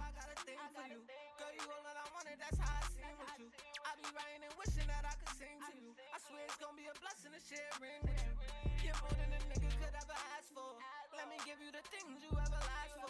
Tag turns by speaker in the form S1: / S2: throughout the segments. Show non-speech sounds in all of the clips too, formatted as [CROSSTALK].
S1: I for you. Girl, you all that I wanted, that's how I seem with you. I be writing and wishing that I could sing to you. I swear it's gonna be a blessing to share a ring with you. You're more than a nigga could ever ask for. Let me give you the things you ever asked for.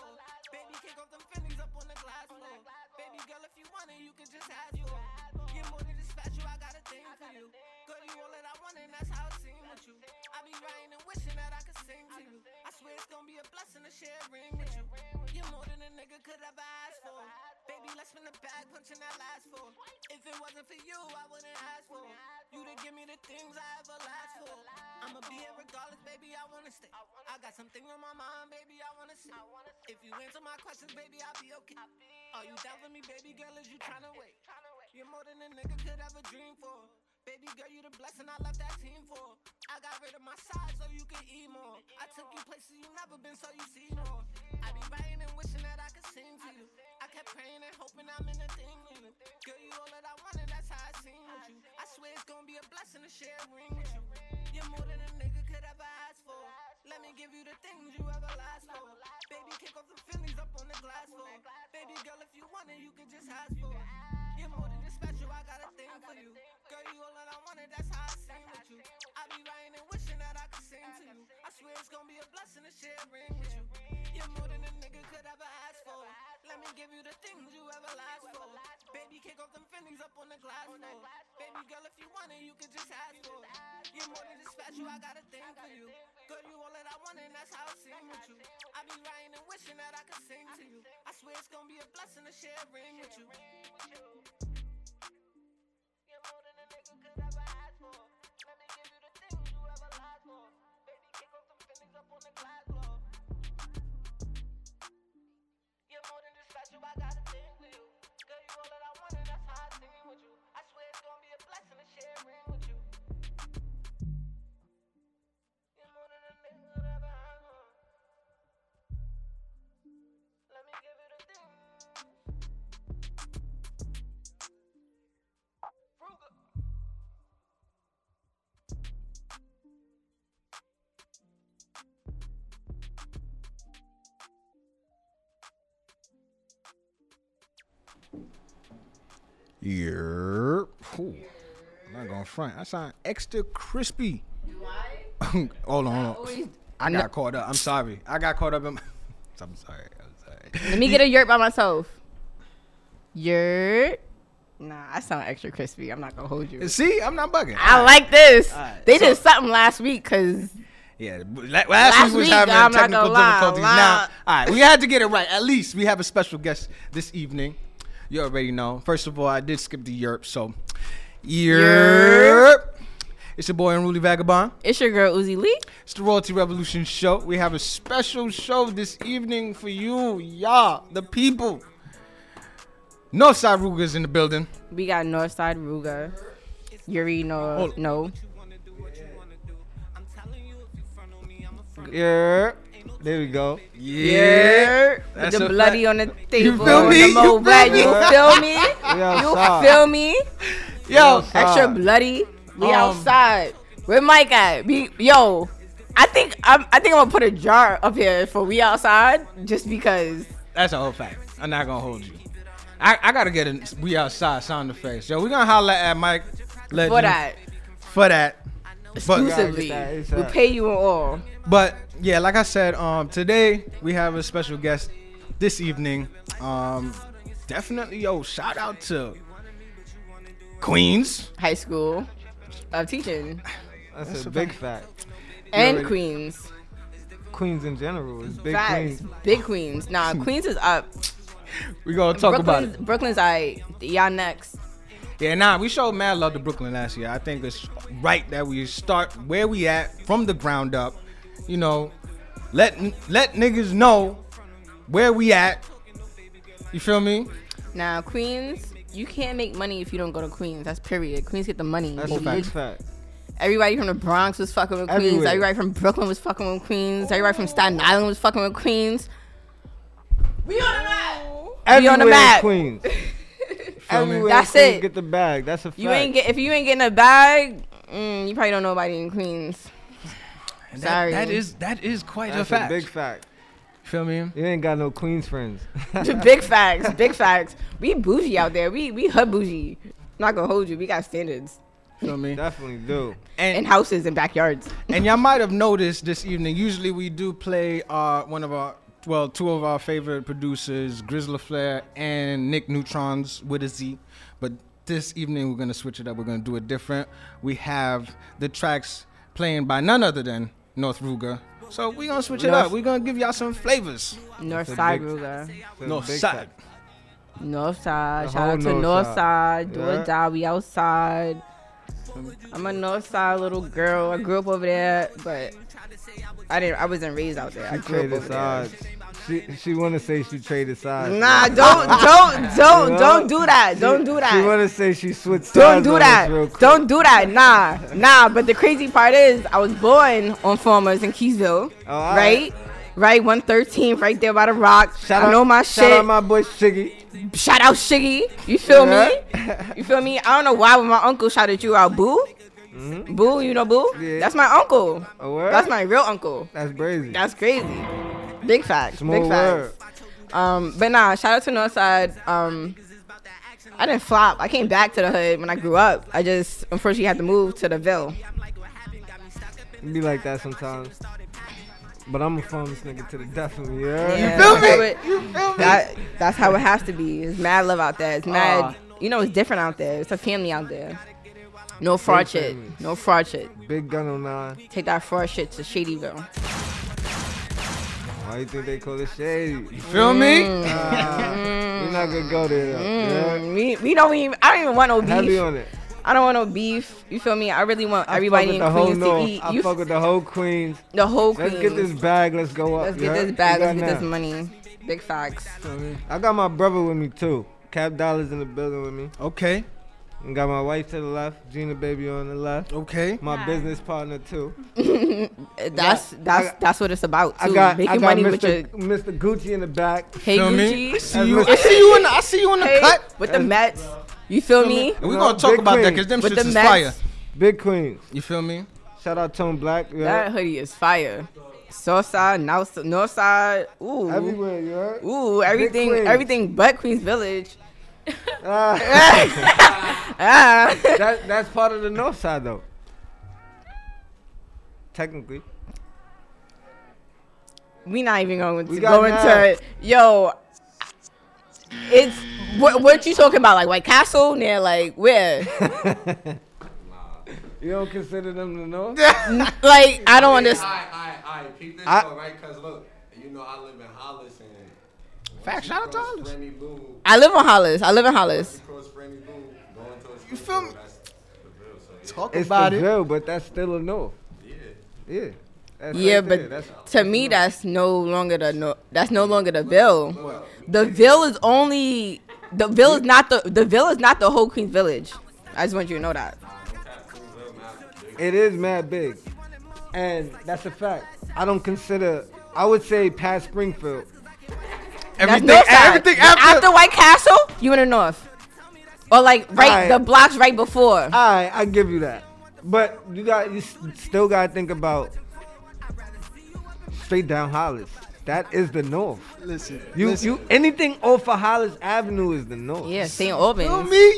S1: Baby, kick off them feelings up on the glass floor. Baby girl, if you want it, you can just ask for. it. You're more than just special, I got a thing for you. Girl, you all that I wanted, that's how it seem with you. I be writing and wishing that I could sing to you. I swear it's gonna be a blessing to share a ring with you. You're more than a nigga could ever ask for. Baby, let's spin the bag, punching that last for. If it wasn't for you, I wouldn't ask for. You to give me the things I ever asked for. I'ma be here regardless, baby. I wanna stay. I got something on my mind, baby. I wanna see. If you answer my questions, baby, I'll be okay. Are you down for me, baby girl? Is you tryna wait? You're more than a nigga could ever dream for. Baby girl, you the blessing I left that team for. I got rid of my side so you could eat more. I took you places you never been so you see more. I be writing and wishing that I could sing to you. I kept praying and hoping I'm in a thing with you. Girl, you all that I wanted, that's how I seen with you. I swear it's gonna be a blessing to share a ring with you. You're more than a nigga could ever ask for. Let me give you the things you ever asked for. Baby, kick off the feelings up on the glass floor. Baby girl, if you want it, you can just ask for it. You're more than just special, I got a thing for you. Girl, you all that I wanted, that's how I seen with you. I be writing and wishing that I could sing to you. I swear it's gonna be a blessing to share a ring with you. You're more than a nigga could ever ask for. Let me give you the things you ever asked for. Baby, kick off them feelings up on the glass floor. Baby girl, if you want it, you can just ask for it. You're more than just special, I got a thing for you. Girl, you all that I want, and that's how I sing with you. I be writing and wishing that I could sing to you. I swear it's gonna be a blessing to share a ring with you. You're more than a nigga could ever ask for. Let me give you the things you ever lied for. Baby, kick off them feelings up on the glass floor. You're more than just special, I got a thing with you. Girl, you all that I wanted, that's how I sing with you. I swear it's gonna be a blessing to share a ring with you. You're more than a nigga could ever ask for. Let me give you the things. Frugal.
S2: Yerp. Ooh, I'm not going to front. I sound extra crispy. [LAUGHS] hold on, hold on. I got caught up. I'm sorry. I got caught up in my. [LAUGHS] I'm sorry. I'm sorry.
S3: Let me get a yurt by myself. Yurt. Nah, I sound extra crispy. I'm not gonna hold you.
S2: See, I'm not bugging.
S3: I like this.
S2: right,
S3: They did
S2: so-
S3: something last week because
S2: [LAUGHS] Yeah, la- last, last week was
S3: week,
S2: having
S3: I'm not
S2: technical
S3: gonna lie,
S2: difficulties.
S3: lie.
S2: Now, all right, we had to get it right. At least we have a special guest this evening. You already know. First of all, I did skip the yerp, so yerp. It's your boy Unruly Vagabond.
S3: it's your girl Uzi Lee.
S2: It's the Royalty Revolution show. We have a special show this evening for you, y'all, the people. Northside Ruger's in the building.
S3: We got Northside Ruga. Yuri no
S2: Hold-
S3: no.
S2: Yeah. There we go.
S3: Yurt. With
S2: That's
S3: the
S2: a
S3: bloody
S2: fact.
S3: on the table.
S2: feel
S3: and
S2: me?
S3: The
S2: You
S3: mo-
S2: feel
S3: black,
S2: me?
S3: you feel me? You feel
S2: [LAUGHS]
S3: me?
S2: Yo,
S3: Extra bloody. We
S2: Um,
S3: outside. Where Mike at? Be, yo, I think I'm. I think I'm gonna put a jar up here for we outside, just because.
S2: That's a whole fact. I'm not gonna hold you. I, I gotta get a we outside sound effects. Yo, we gonna holla at Mike Legend
S3: For that,
S2: For that. But,
S3: exclusively,
S4: that, it's
S3: we
S4: that.
S3: pay you in all.
S2: but yeah, like I said, um, today we have a special guest this evening. Um, definitely, yo, shout out to Queens.
S3: High school of teaching
S4: That's,
S2: That's
S4: a,
S2: a
S4: big
S2: fact.
S4: fact.
S3: and
S4: already-
S3: Queens.
S4: Queens in general is big
S3: Facts.
S4: queens.
S3: Big Queens.
S4: [LAUGHS]
S3: Nah, Queens is up.
S2: We gonna talk about
S3: Brooklyn's,
S2: it.
S3: Brooklyn's I. Y'all next.
S2: Yeah, nah, we showed mad love to Brooklyn last year. I think it's right that we start where we at from the ground up. You know, let let niggas know where we at. You feel me?
S3: Now Queens, you can't make money if you don't go to Queens. That's period. Queens get the money.
S4: That's
S3: You-
S4: a big
S3: you-
S4: fact.
S3: Everybody from the Bronx was fucking with Queens.
S4: Everywhere.
S3: Everybody from Brooklyn was fucking with Queens. Everybody from Staten Island was fucking with Queens. We on the map. We on the
S4: Everywhere is
S3: map. [LAUGHS]
S4: Queens.
S2: Feel me?
S4: Everywhere
S3: That's
S4: queens
S3: it.
S4: Get the bag. That's a fact.
S3: You ain't get if you ain't getting a bag, mm, you probably don't know nobody in Queens.
S2: And
S3: Sorry.
S2: That, that is that is quite
S4: That's
S2: a fact.
S4: a big fact.
S2: Feel me?
S4: You ain't got no
S3: [LAUGHS]
S4: Queens friends.
S3: [LAUGHS] big facts, big facts. We bougie out there. We we hood bougie. I'm not gonna hold you. We got standards
S2: Feel me?
S4: Definitely do.
S3: in
S2: And
S3: houses and backyards.
S2: and y'all might have noticed this evening. Usually we do play uh one of our well two of our favorite producers, Grizzly Flair and Nick Neutrons with a Z, but this evening we're gonna switch it up. We're gonna do it different. We have the tracks playing by none other than North Ruger. So we're gonna switch it
S4: Yes.
S2: up. We're gonna give y'all some flavors.
S3: North
S4: big-
S3: side ruler.
S4: So
S2: North
S4: big
S2: side.
S4: facts.
S3: North side.
S4: The
S3: Shout out
S4: whole
S3: to
S4: north
S3: North
S4: side.
S3: side. Do or
S4: Yeah.
S3: die. We outside. I'm a North Side little girl. I grew up over there, but I didn't. I wasn't raised out there. I
S4: She
S3: grew up
S4: traded
S3: over there.
S4: sides. She she wanna say she traded sides.
S3: Nah, don't,
S4: [LAUGHS]
S3: don't, don't,
S4: know?
S3: don't do that. Don't do
S4: She
S3: that.
S4: wanna say she switched
S3: Don't
S4: sides.
S3: do
S4: on us
S3: that.
S4: Real quick.
S3: Don't do that. Nah, nah. But the crazy part is, I was born on Farmers in Keysville,
S4: Oh, all
S3: right?
S4: right.
S3: Right, 113, right there by the rock.
S4: Shout
S3: I
S4: out,
S3: know my
S4: shout
S3: shit.
S4: out my boy Shiggy.
S3: shout out Shiggy. You feel
S4: Yeah.
S3: me? You feel me? I don't know why, but my uncle shouted you out, Boo. Boo, you know Boo?
S4: Mm-hmm. Yeah.
S3: That's my uncle.
S4: A word?
S3: That's my real uncle.
S4: That's crazy.
S3: That's crazy. Big facts.
S4: Small
S3: big
S4: word.
S3: facts. Um, but nah, shout out to Northside. Um, I didn't flop. I came back to the hood when I grew up. I just unfortunately had to move to the Ville.
S4: It be like that sometimes. But I'm a phone this nigga to the death of me.
S3: Yeah,
S4: Yeah.
S2: feel
S3: that's
S2: me?
S3: how it- That, that's how it has to be. It's mad love out there. It's mad. you know, it's different out there. It's a family out there. No fraud shit.
S4: family.
S3: No fraud shit.
S4: Big gun on nine.
S3: Take that fraud shit to Shadyville.
S4: Why you think they call it shady?
S2: Feel me?
S4: [LAUGHS] Nah, we're not gonna go there. Though. Yeah.
S3: Mm, we, we don't even. I don't even want no
S4: Heavy
S3: beef.
S4: on it.
S3: I don't want no beef. You feel me? I really want
S4: I fuck
S3: everybody
S4: with
S3: in
S4: the whole
S3: Queens to
S4: North.
S3: eat.
S4: I
S3: You
S4: fuck with the whole Queens.
S3: The whole
S4: Let's
S3: Queens.
S4: get this bag. Let's go up.
S3: Let's
S4: you
S3: get
S4: heard?
S3: this bag.
S4: We
S3: Let's
S4: got
S3: get this
S4: now.
S3: money. Big facts.
S4: I got my brother with me too. Cap Dollars in the building with me.
S2: Okay,
S4: And got my wife to the left. Gina Baby on the left.
S2: okay.
S4: My business
S3: [LAUGHS]
S4: partner too.
S3: That's that's that's what it's about
S4: I
S3: too.
S4: got,
S3: Making
S4: I got
S3: money
S4: Mr.
S3: with your
S4: Mr. Gucci in the back.
S3: hey
S2: Feel
S3: Gucci,
S2: me? I see you.
S4: That's
S2: I see you in the. I see you in the
S3: hey
S2: cut.
S3: with the Mets. You feel me?
S2: And we're
S4: No,
S2: gonna talk
S4: Big
S2: about that
S4: Queen.
S2: because them
S3: With
S2: shits
S3: the
S2: is
S3: Mets.
S2: fire.
S4: Big Queens.
S2: You feel me?
S4: Shout out Tone Black. You
S3: That
S4: heard?
S3: hoodie is fire. South side, north, north side. Ooh,
S4: Everywhere, you heard?
S3: ooh, everything,
S4: Queens.
S3: everything but Queens Village.
S4: Ah,
S3: Ah,
S4: that, that's part of the north side, though. Technically.
S3: we not even going
S4: We
S3: to
S4: got
S3: go
S4: now.
S3: into it. Yo, it's what, what you talking about? Like White Castle near like
S4: [LAUGHS]
S3: where?
S4: You don't consider them the north?
S3: [LAUGHS] like I don't understand.
S5: I, I, I, peep this
S4: I-
S5: though, right? Cause look, you know I live in Hollis and.
S2: Facts, shout out to Hollis.
S5: Friendly Lou,
S3: I live on Hollis. I live in Hollis.
S5: you cross Friendly Lou, going towards. You
S2: feel me?
S5: That's the real, so yeah.
S2: Talk
S4: It's
S2: about
S4: the
S2: it.
S4: Ville, but that's still a north. Yeah. Yeah. That's
S3: Yeah,
S4: right there.
S3: but
S4: That's,
S3: to me, that's no longer the no. That's no longer the Ville. The Ville is only the Ville is not the the Ville is not the whole Queens Village. I just want you to know that.
S4: it is mad big. And that's a fact. I don't consider, I would say past Springfield.
S3: That's
S2: Everything,
S3: North side.
S2: everything after.
S3: after White Castle, you in the North, or like right
S4: Alright.
S3: the blocks right before.
S4: All right, I give you that. But you got you s- still got to think about straight down Hollis. That is the north.
S2: Listen,
S4: You
S2: listen.
S4: you anything off of Hollis Avenue is the north.
S3: Yeah, St.
S2: Feel
S3: Albans.
S2: me?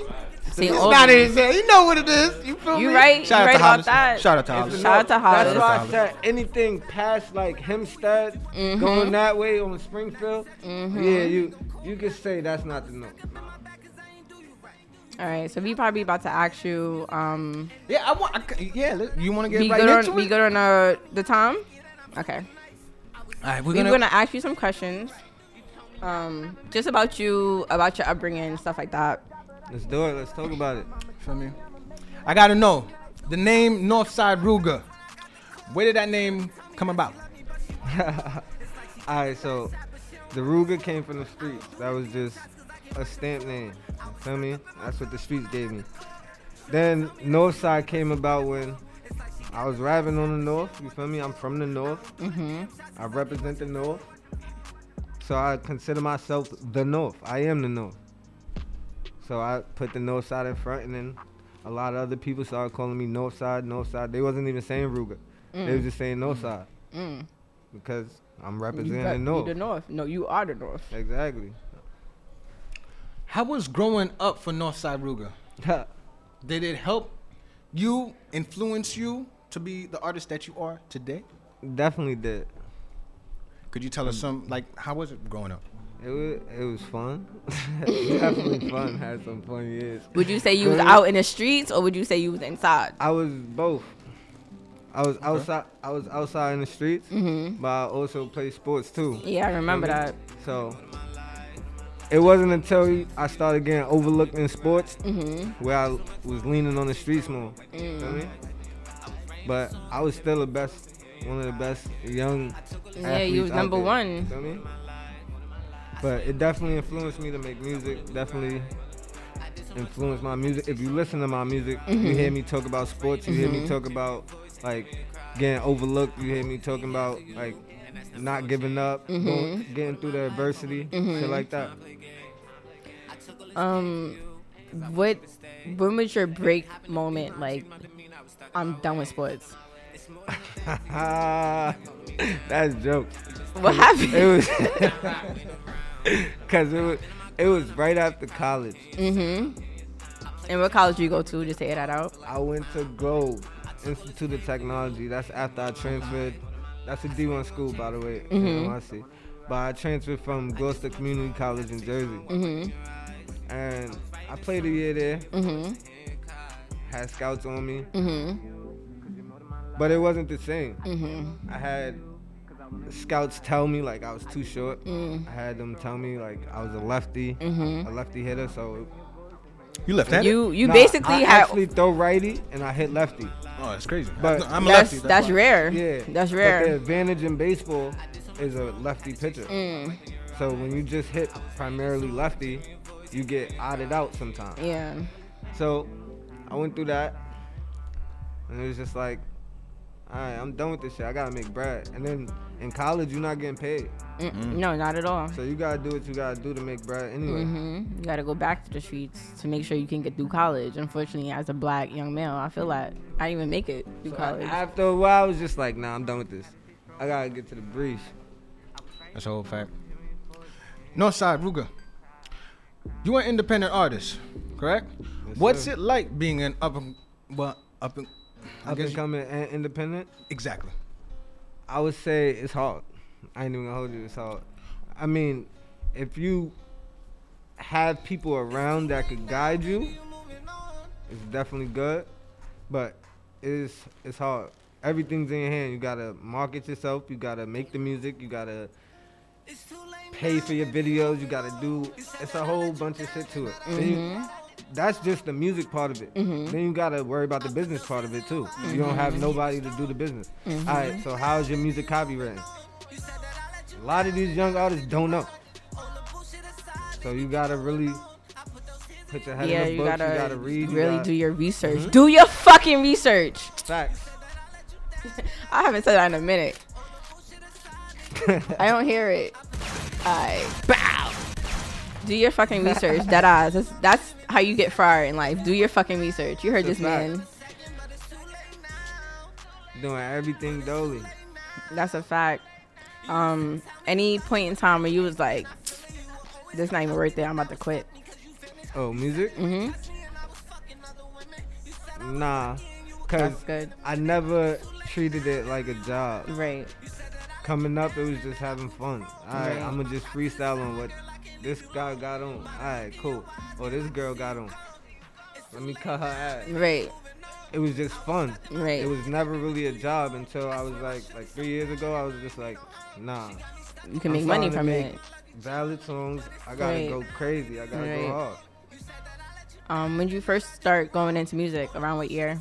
S3: St.
S2: It's not
S3: Albans.
S2: anything. You know what it is. You feel
S3: You
S2: me?
S3: right.
S2: Shout
S3: you
S2: out
S3: right
S2: to
S3: about
S2: Hollis.
S3: that.
S2: Shout out to
S4: It's
S2: Hollis.
S4: the
S3: Shout out
S4: north.
S3: to
S4: That's why I
S2: Hollis.
S4: said anything past like Hempstead,
S3: Mm-hmm.
S4: going that way on Springfield. Yeah, you you can say that's not the north.
S3: All right, so we probably about to ask you. Um,
S2: Yeah, I want. I, c- yeah, let- you want to get
S3: we
S2: right
S3: good
S2: into
S3: on we
S2: it.
S3: good on uh, the time? Okay.
S2: All right, we're
S3: We're
S2: gonna.
S3: gonna ask you some questions, um, just about you, about your upbringing, and stuff like that.
S4: Let's do it. Let's talk about it.
S2: feel me? I gotta know the name Northside Ruger. Where did that name come about?
S4: All right, so the Ruger came from the streets. That was just a stamp name. Feel me? That's what the streets gave me. Then Northside came about when I was rapping on the North. You feel me? I'm from the North.
S3: Mm-hmm.
S4: I represent the North. So I consider myself the North. I am the North. So I put the North Side in front, and then a lot of other people started calling me North Side, North Side. They wasn't even saying Ruger. They was just saying North Side.
S3: Mm.
S4: because I'm
S3: You,
S4: representing
S3: got-
S4: the
S3: you
S4: North.
S3: the North. No, you are the North.
S4: Exactly.
S2: How was growing up for Northside Ruger?
S4: [LAUGHS]
S2: Did it help you influence you to be the artist that you are today?
S4: Definitely did.
S2: Could you tell us some like how was it growing up?
S4: It was it was fun. [LAUGHS] Definitely fun. Had some fun years.
S3: Would you say you was
S4: Girl.
S3: out in the streets or would you say you was inside?
S4: I was both. I was outside. I was outside in the streets, but I also played sports too.
S3: Mm-hmm. Yeah, I remember that.
S4: So it wasn't until I started getting overlooked in sports
S3: Mm-hmm.
S4: where I was leaning on the streets more.
S3: Mm.
S4: You know what I mean? But I was still the best, one of the best young.
S3: Yeah, you
S4: athletes
S3: was
S4: out
S3: number
S4: there.
S3: one.
S4: You know what I mean? But it definitely influenced me to make music. Definitely influenced my music. If you listen to my music, you hear me talk about sports. You hear me talk about like getting overlooked. You hear me talking about like not giving up, going- getting through the adversity, shit like that. [LAUGHS]
S3: Um, what when was your break moment? Like, I'm done with sports.
S4: Ah, that's jokes.
S3: What happened?
S4: It was [LAUGHS] because it was [LAUGHS] it was right after college.
S3: mm-hmm. And what college you go to? Just to air that out.
S4: I went to Grove Institute of Technology. That's after I transferred. That's a D1 school, by the way, in NYC. But I transferred from Gloucester Community College in Jersey. And I played a year there.
S3: Mm-hmm.
S4: Had scouts on me,
S3: Mm-hmm.
S4: but it wasn't the same.
S3: Mm-hmm.
S4: I had scouts tell me like I was too short.
S3: Mm.
S4: I had them tell me like I was a lefty,
S3: Mm-hmm.
S4: a lefty hitter. So
S2: You left handed?
S3: You you
S4: Nah, I
S3: basically have.
S4: actually throw righty and I hit lefty.
S2: oh, that's crazy.
S4: But
S2: I'm a
S3: That's
S2: lefty.
S3: that's
S2: why.
S3: rare.
S4: Yeah,
S3: That's
S4: But the
S3: rare.
S4: advantage in baseball is a lefty pitcher.
S3: Mm.
S4: So when you just hit primarily lefty, you get odded out sometimes.
S3: Yeah.
S4: So I went through that, and it was just like, all right, I'm done with this shit. I gotta make bread. And then in college, you're not getting paid,
S3: Mm. No, not at all.
S4: so you gotta do what you gotta do to make bread anyway.
S3: Mm-hmm. You gotta go back to the streets to make sure you can get through college. Unfortunately, as a black young male, I feel that I didn't even make it through
S4: So
S3: college.
S4: After a while, I was just like, nah, I'm done with this. I gotta get to the breeze.
S2: That's a whole fact. Northside Ruger. You are an independent artist, correct? What's
S4: sir.
S2: it like being an up and well up and I
S4: Up
S2: guess
S4: and
S2: you-
S4: coming and independent.
S2: exactly.
S4: I would say it's hard. I ain't even gonna hold you. It's hard. I mean, if you have people around that could guide you, it's definitely good. But it's it's hard. Everything's in your hand. You gotta market yourself. You gotta make the music. You gotta pay for your videos. You gotta do. It's a whole bunch of shit to it. Then you- that's just the music part of it. Then you gotta worry about the business part of it too. You don't have nobody to do the business.
S3: Mm-hmm.
S4: All right. So how's your music copywritten? A lot of these young artists don't know. So you gotta really put your head
S3: yeah,
S4: in
S3: you
S4: the books.
S3: gotta,
S4: you gotta
S3: really
S4: read. you gotta, Mm-hmm.
S3: do your research. Do your fucking research.
S4: facts.
S3: [LAUGHS] I haven't said that in a minute. I don't hear it. I bow. Do your fucking
S4: [LAUGHS]
S3: research. That eyes. That's, that's how you get far in life. Do your fucking research. You heard this
S4: It's a fact.
S3: man.
S4: Doing everything daily.
S3: That's a fact. Um, any point in time where you was like, "This not even worth it. I'm about to quit."
S4: Oh, music?
S3: hmm
S4: Nah. Cause
S3: That's good.
S4: I never treated it like a job.
S3: Right.
S4: Coming up, it was just having fun. All right,
S3: Right.
S4: I'm gonna just freestyle on what this guy got on. All right, cool. Or this girl got on. Let me cut her ass.
S3: Right.
S4: It was just fun.
S3: Right.
S4: It was never really a job until I was like, like three years ago. I was just like, nah.
S3: you can
S4: I'm
S3: make money
S4: starting to
S3: from
S4: make-
S3: it.
S4: Valid songs. I gotta
S3: Right.
S4: go crazy. I gotta
S3: Right.
S4: go hard.
S3: Um, when you first start going into music, around what year?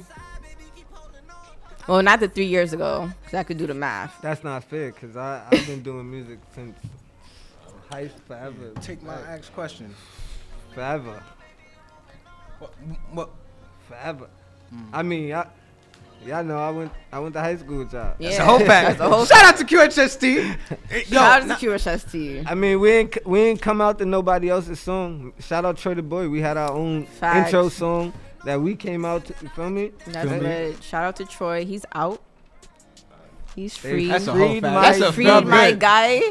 S3: Well, not the three years ago, because I could do the math.
S4: That's not fair, cause I I've been doing music since high forever.
S2: Take my
S4: Like,
S2: axe question.
S4: forever.
S2: What, what Mm.
S4: forever. I mean, y'all, y'all know I went I went to high school with y'all.
S3: Yeah,
S2: That's a whole fact.
S3: That's a whole
S2: Shout out
S4: [LAUGHS]
S2: to QHST. Eh, Yo,
S3: Shout
S2: nah,
S3: out to QHST.
S4: I mean, we ain't c- we ain't come out to nobody else's song. Shout out Trey the Boy. We had our own
S3: Facts.
S4: intro song that we came out to. You feel me?
S3: That's
S2: Feel me?
S3: good. Shout out to Troy. He's out. He's
S4: They
S3: free.
S2: That's a
S4: freed
S2: whole fact.
S4: my-
S2: That's a
S3: Freed
S2: felt
S3: my
S2: good. [LAUGHS]
S3: guy.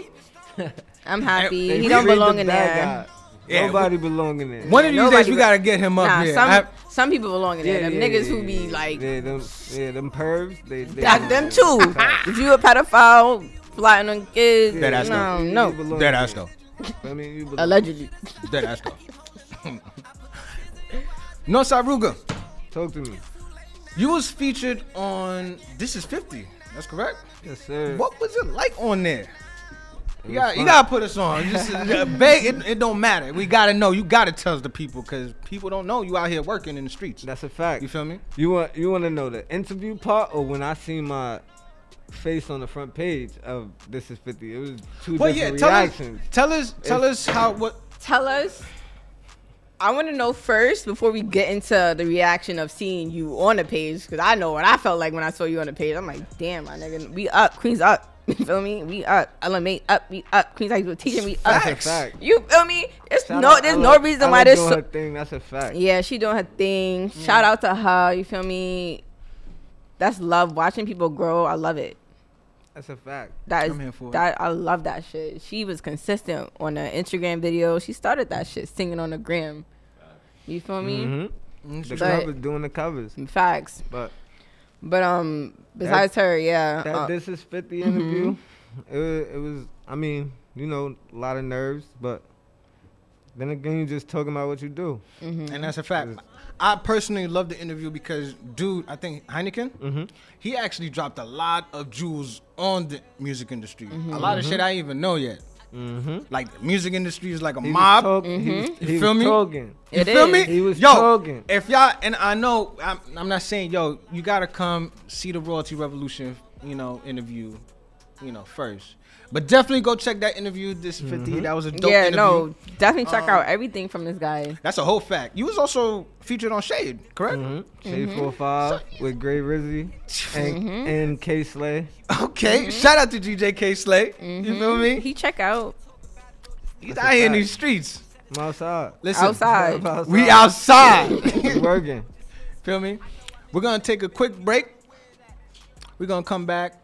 S3: I'm happy.
S4: They
S3: he don't
S4: freed the
S3: belong in
S4: bad
S3: there.
S4: guy.
S2: Yeah,
S4: Nobody belong in there.
S2: One of these
S3: Nobody
S2: days we
S3: re-
S2: gotta get him up
S3: Nah,
S2: here.
S3: some
S2: I-
S3: some people belong in there. them niggas who
S4: yeah,
S3: be
S4: yeah.
S3: like,
S4: yeah, them, yeah, them pervs. They, they
S3: like them too. if you a pedophile, plotting on kids,
S2: That ass
S3: no,
S4: You
S3: no,
S4: belong in
S2: dead ass
S4: there.
S2: though.
S4: I mean, you belong.
S3: allegedly.
S2: Dead ass though. [LAUGHS] no Saruga,
S4: Talk to me.
S2: you was featured on This Is 50. That's correct.
S4: Yes, sir.
S2: What was it like on there?
S4: It
S2: You
S4: was
S2: gotta, you
S4: fun.
S2: gotta put us on. Just,
S4: [LAUGHS]
S2: uh, vague, it, it don't matter. We gotta know. You gotta tell the people because people don't know you out here working in the streets.
S4: That's a fact.
S2: You feel me?
S4: You want you want to know the interview part or when I see my face on the front page of This Is 50? It was two
S2: Well, yeah.
S4: different
S2: Tell us,
S4: reactions.
S2: tell us, tell us how what.
S3: Tell us. I want to know first before we get into the reaction of seeing you on the page because I know what I felt like when I saw you on the page. I'm like, damn, my nigga, we up, Queens up. [LAUGHS] You feel me? We up, LMA up, we up, Queens like teaching we up.
S4: That's a fact.
S3: You feel me? It's
S4: Shout
S3: no,
S4: out
S3: there's
S4: Ella-
S3: no reason
S4: Ella
S3: why this.
S4: doing
S3: so-
S4: her Mm. thing. That's a fact.
S3: Yeah, she doing her thing. Shout out to her. You feel me? That's love. Watching people grow, I love it.
S4: That's a fact.
S3: That
S2: I'm here
S3: is
S2: for it.
S3: that. I love that shit. She was consistent on the Instagram video. She started that shit singing on the gram. You feel me?
S4: Mm-hmm. The
S2: Mm,
S3: But-
S4: covers doing the covers,
S3: Facts.
S4: but
S3: But um, besides her, yeah.
S4: that
S3: uh, mm-hmm.
S4: This Is 50 interview, it was, it was. I mean, you know, a lot of nerves, but then again, you just talking about what you do.
S3: Mm-hmm.
S2: And that's a fact. I personally love the interview because, dude, I think Heineken,
S4: Mm-hmm.
S2: he actually dropped a lot of jewels on the music industry.
S3: Mm-hmm.
S2: A lot of shit I even know yet.
S4: Mm-hmm.
S2: Like the music industry is like a
S4: He
S2: mob.
S4: Was talk- he was,
S2: You
S4: he
S2: feel
S4: was
S2: me?
S4: talking.
S2: You
S3: Mm-hmm. It
S2: feel
S3: is.
S2: me?
S4: He was
S2: yo,
S4: talking.
S2: If y'all and I know, I'm, I'm not saying yo, you gotta come see the Royalty Revolution, you know, interview, you know, first. But definitely go check that interview. This 50,
S4: Mm-hmm.
S2: that was a dope
S3: yeah,
S2: interview.
S3: no, definitely check
S2: Um,
S3: out everything from this guy.
S2: That's a whole fact. You was also featured on Shade, correct?
S4: Mm-hmm. Shade 45 with Gray Rizzy and,
S3: Mm-hmm.
S4: and K Slay.
S2: Okay, shout out to GJK Slay.
S4: Mm-hmm.
S2: You feel me?
S3: Mm-hmm. He check out
S2: He's
S4: That's a
S2: out here in
S4: fact.
S2: these streets.
S4: I'm outside.
S2: Listen,
S3: Outside.
S4: [LAUGHS] I'm outside.
S2: we outside.
S4: [LAUGHS] We working.
S2: feel me? We're gonna take a quick break. We're gonna come back.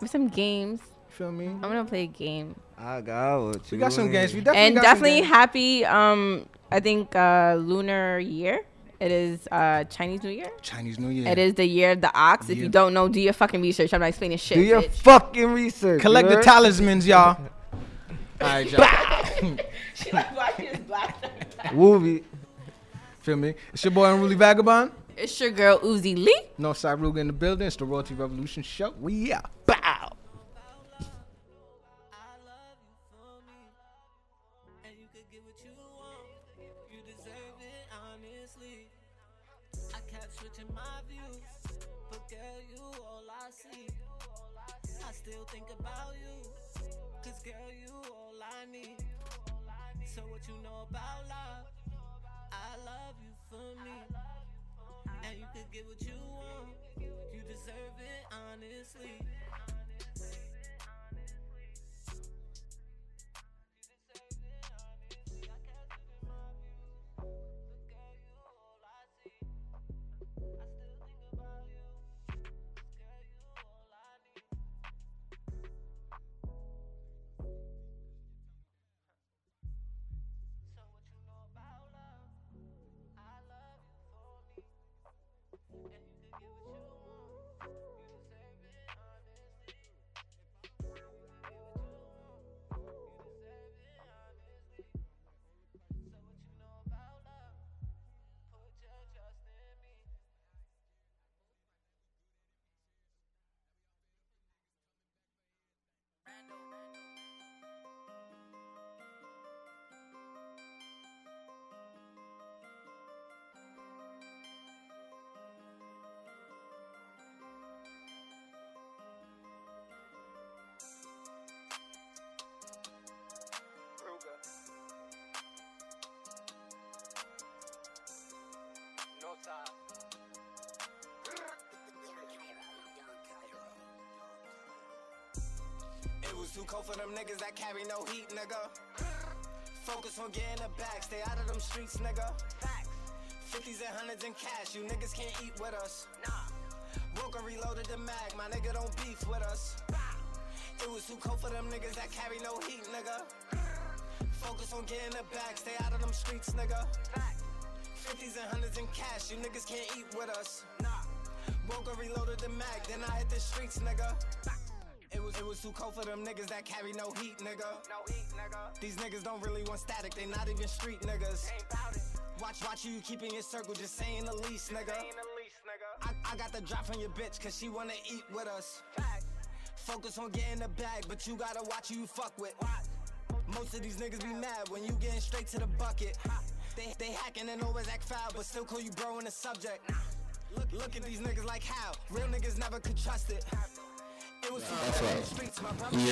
S3: with some games.
S2: Feel me?
S3: I'm gonna play a game.
S4: I got what
S2: We
S4: you
S2: got some
S4: need.
S2: games. We definitely
S3: and
S2: got
S3: definitely
S2: Some games.
S3: happy um i think uh lunar year it is uh chinese new year
S2: Chinese New Year.
S3: it is the year of the ox if
S2: Yeah.
S3: you don't know do your fucking research i'm not explaining shit
S4: Do your
S3: bitch.
S4: fucking research.
S2: Collect the
S4: word?
S2: talismans, y'all.
S4: [LAUGHS]
S3: [LAUGHS]
S2: All right, y'all. [LAUGHS]
S3: She like, why she is black?
S4: Woovie.
S2: Feel me? It's your boy Unruly Vagabond.
S3: it's your girl uzi lee
S2: Northside Ruger in the building. It's the Royalty Revolution show. We out. Bow.
S1: I love you for me. And you could get what you want. You deserve it, honestly. I kept switching my views. But girl, you all I see. I still think about you. Cause girl, you all I need. So what you know about love? I love you for me. And you could get what you want. You deserve it, honestly.
S5: uh,
S6: It was too cold for them niggas that carry no heat, nigga. Focus on getting it back, stay out of them streets, nigga. Fifties and hundreds in cash, you niggas can't eat with us. Nah. Woke and reloaded the mag, my nigga don't beef with us. It was too cold for them niggas that carry no heat, nigga. Focus on getting the back, stay out of them streets, nigga. 50s and hundreds in cash, you niggas can't eat with us. Nah. Woke and reloaded the mag, then I hit the streets, nigga. It was, it was too cold for them niggas that carry no heat, nigga. No heat, nigga. These niggas don't really want static, they not even street niggas. Watch, watch you, you keeping your circle, just saying the least, nigga. I, I got the drop on your bitch, cause she wanna eat with us. Focus on getting the bag, but you gotta watch who you fuck with. Most of these niggas be mad when you getting straight to the bucket. They, they hacking and always act foul, but still call you bro in the subject. Look, look at these niggas like how. Real niggas never could trust it. It was That's right. streets, my brother.
S7: Yeah.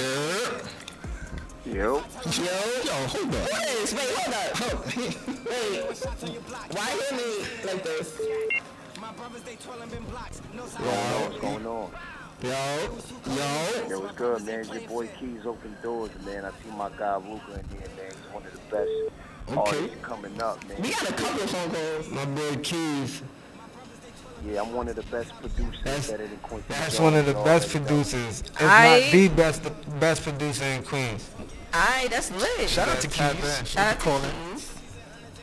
S8: Yo.
S7: Yo, yo, hold up. What is? Wait, hold up. [LAUGHS] Hold. Wait,
S6: Shots on your block.
S7: why hear me like this?
S6: My brothers, they twirling been blocks. No side.
S8: What's going on?
S7: Yo, yo.
S8: Yo, what's good, man? Your boy Keys open doors, man. I see my guy Luca in there, man. He's one of the best artists coming up, man.
S7: We got a couple of phone calls. My boy Keys.
S8: Yeah, I'm one of the best producers
S4: That's-
S8: better than Quincy.
S4: That's
S8: Jones
S4: one of the
S8: and all
S4: best
S8: that stuff.
S4: producers. If
S3: I-
S4: not the best, the best producer in Queens.
S7: Aight, that's lit.
S4: Shout out to Keys.
S7: Shout out to Keys.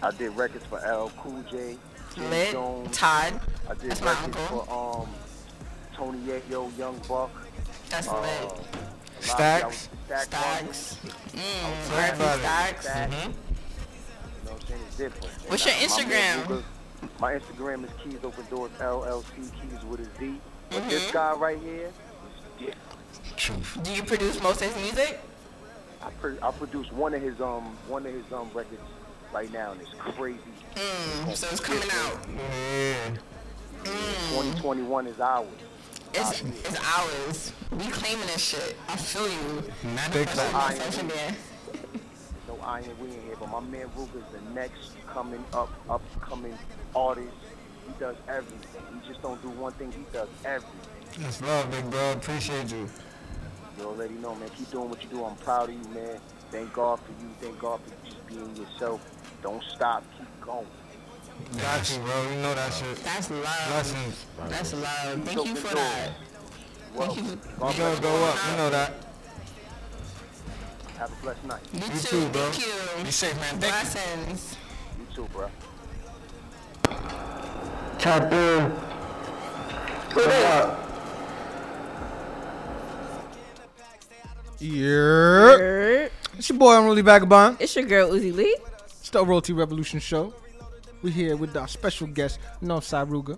S8: I did records for L Cool J, Jim
S7: Lit.
S8: Jones.
S7: Todd.
S8: I did
S7: That's my
S8: records
S7: uncle.
S8: for um Tony Ayo, Young Buck.
S7: That's
S8: Uh,
S7: lit.
S4: Stacks.
S8: Stack
S7: Stacks. Mm,
S4: sorry
S7: R.I.P.
S4: about it.
S7: Stacks.
S8: Mm-hmm. You know what I'm saying? It's different. And
S7: What's your
S8: I- my man
S7: Instagram?
S8: Luka- My Instagram is Keys Open Doors LLC Keys with a Z. But
S7: Mm-hmm.
S8: this guy right here, yeah,
S7: Truth. Do you produce most of his music?
S8: I, pro- I produced one of his um one of his um records right now, and it's crazy.
S7: Mm, so it's coming Mm. out.
S8: 2021 is ours.
S7: It's, it's ours. We claiming this shit. I feel you. Manifest
S8: up.
S7: on social media.
S8: [LAUGHS] No iron, we in here, but my man Ruger is the next coming up, upcoming artist. He does everything. He just don't do one thing. He does everything.
S4: That's love, big bro. Appreciate you.
S8: You already know, man. Keep doing what you do. I'm proud of you, man. Thank God for you. Thank God for just being yourself. Don't stop. Keep going.
S4: Got you, bro. You know that shit.
S7: That's love.
S4: Blessings.
S7: That's love. Thank you
S8: Open
S7: for
S8: doors.
S7: that.
S8: Well,
S7: Thank you.
S8: God
S4: You gonna
S8: bless
S4: go up. You know that.
S8: you. Have a blessed night.
S7: You,
S4: You
S7: too.
S4: too, bro.
S7: Thank you.
S4: Be safe, man.
S7: Blessings.
S8: You too, bro.
S7: Tap in. What up?
S2: Yeah.
S3: Err.
S2: It's your boy, I'm really vagabond.
S3: It's your girl Uzi Lee.
S2: It's the Royalty Revolution show. We're here with our special guest, Northside Ruger.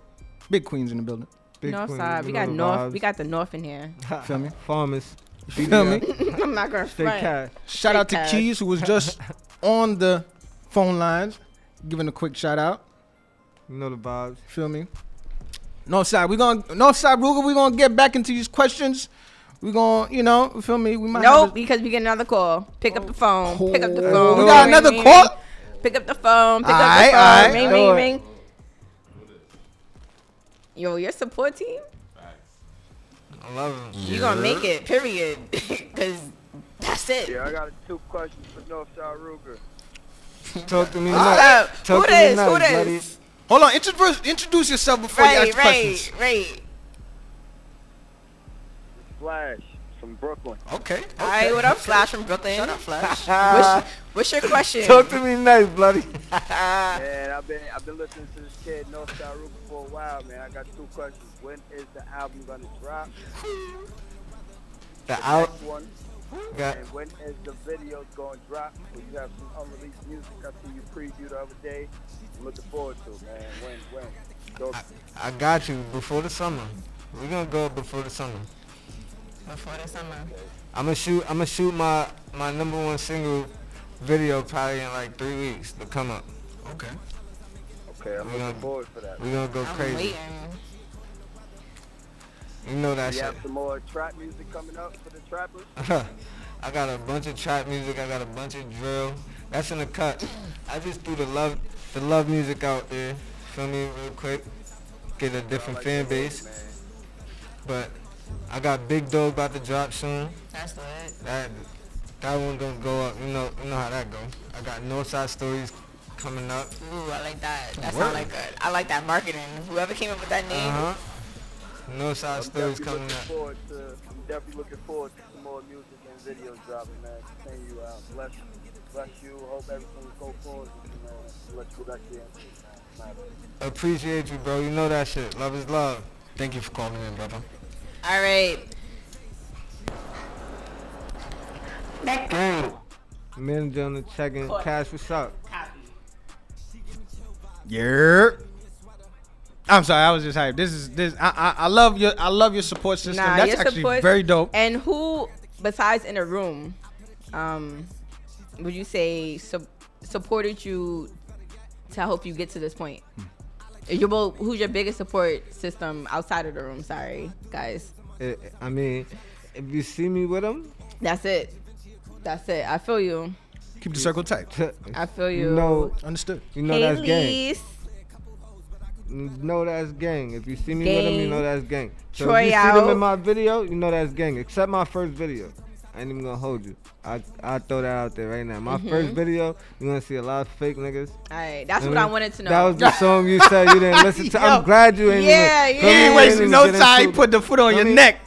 S2: Big Queens in the building.
S4: Big
S3: north
S4: Queens,
S3: side. We
S4: you
S3: got
S4: know the
S3: north. We
S4: vibes.
S3: got the north in
S2: [LAUGHS]
S3: here.
S2: Feel me?
S4: Farmers.
S2: You feel me?
S3: [LAUGHS] I'm not gonna
S4: Stay
S3: front.
S4: cat.
S2: Shout out to
S3: Big time.
S2: Keys, who
S3: [LAUGHS]
S2: was just on the phone lines, giving a quick shout out.
S4: You know the vibes.
S2: Feel me? Northside, we're gonna Northside Ruger, we're gonna get back into these questions. We're gonna, you know, feel me? We might
S3: Nope,
S2: have a-
S3: because we get another call. Pick up the phone. Pick up the
S2: Oh.
S3: phone.
S2: We got
S3: Ring,
S2: another
S3: ring,
S2: call?
S3: ring. Pick up the phone. Pick
S2: Aight,
S3: up
S2: aight.
S3: the phone. Ring,
S4: Do
S3: ring,
S4: it.
S3: ring. Yo, your support team,
S4: I love him.
S3: you gonna make it. Period. [LAUGHS] Cause that's it.
S5: I got two questions for Northside Ruger.
S4: Talk to me
S3: What's
S4: nice.
S3: up? Who
S4: Talk to me
S3: this?
S4: nice,
S3: Who
S4: buddy.
S3: this?
S2: Hold on, introduce, introduce yourself before you
S3: Right,
S2: ask the
S3: right,
S2: questions.
S3: right.
S5: Flash from Brooklyn.
S2: Okay.
S3: All right, what up, Flash from
S7: [LAUGHS]
S3: Brooklyn?
S2: Shout out Flash.
S3: What's, what's [LAUGHS] your question?
S4: Talk to me nice, bloody. [LAUGHS]
S5: Man, I've been I've been listening to this kid Northside Ruger for a while, man. I got two questions. When is the album gonna drop?
S4: The out.
S5: One.
S4: Got,
S5: And when is the video going to drop? Will you have some unreleased music? I see you preview the other day. I'm looking forward to it, man. When, when? Go.
S4: I got you before the summer. We're gonna go before the summer.
S7: Before the summer.
S4: I'ma shoot. I'ma shoot my my number one single video probably in like three weeks. The come up.
S2: Okay.
S5: Okay, I'm
S4: We
S5: looking
S4: gonna-
S5: forward for that.
S4: We're gonna go
S7: I'm
S4: crazy.
S7: waiting.
S4: You know that
S5: You
S4: shit.
S5: have some more trap music coming up for the trappers?
S4: I got a bunch of trap music. I got a bunch of drill. That's in the cut. I just threw the love, the love music out there. Feel me, real quick. Get a different fan base. But I got Big Dog about to drop soon.
S7: That's lit.
S4: That that one gonna go up. You know, you know how that go. I got Northside Stories coming up.
S2: Uh-huh.
S7: Ooh, I like that. That sounds like good. I like that marketing. Whoever came up with that name,
S4: Uh huh. Northside Stories
S8: definitely
S4: coming
S8: looking
S4: up.
S8: Forward to, I'm definitely looking forward to some more music and videos dropping, man. Thank you. Uh, bless, bless you. Hope everything go forward, with you, man. Let's go back there. and see, man. Nah,
S4: Appreciate you, bro. You know that shit. Love is love. Thank you for calling in, brother.
S3: All right.
S4: Manager on the check-in. Cash, what's up?
S2: Yeah. I'm sorry, I was just hyped. This is this. I I, I love your I love your support system.
S3: Nah,
S2: That's
S3: your
S2: actually
S3: support-
S2: very dope.
S3: And who, besides in a room, um, would you say su- supported you to help you get to this point?
S2: Hmm.
S3: Your well, who's your biggest support system outside of the room? Sorry, guys.
S4: Eh, I mean, if you see me with him,
S3: That's it. That's it. I feel you.
S2: Keep the
S4: [LAUGHS]
S2: circle tight.
S3: I feel you.
S4: you know,
S2: Understood.
S4: you know
S3: hey,
S4: that's gang.
S3: Lise.
S4: You know that's gang. If you see me with him, you
S3: Gang.
S4: know that's gang. So
S3: Troy
S4: if you see them
S3: out.
S4: in my video, you know that's gang. Except my first video. I ain't even gonna hold you. I I throw that out there right now. My first video, you're gonna see a lot of fake niggas.
S3: All right, Mm-hmm. that's what I
S4: Mhm.
S3: wanted to know.
S4: That was the song you said
S3: [LAUGHS]
S4: you didn't listen to.
S2: Yo.
S4: I'm glad you ain't.
S3: Yeah,
S4: even-
S3: yeah.
S2: He ain't
S3: Yeah,
S2: wasting no
S4: get into
S2: time. He
S4: it.
S2: put the foot on your
S4: mean-
S2: neck.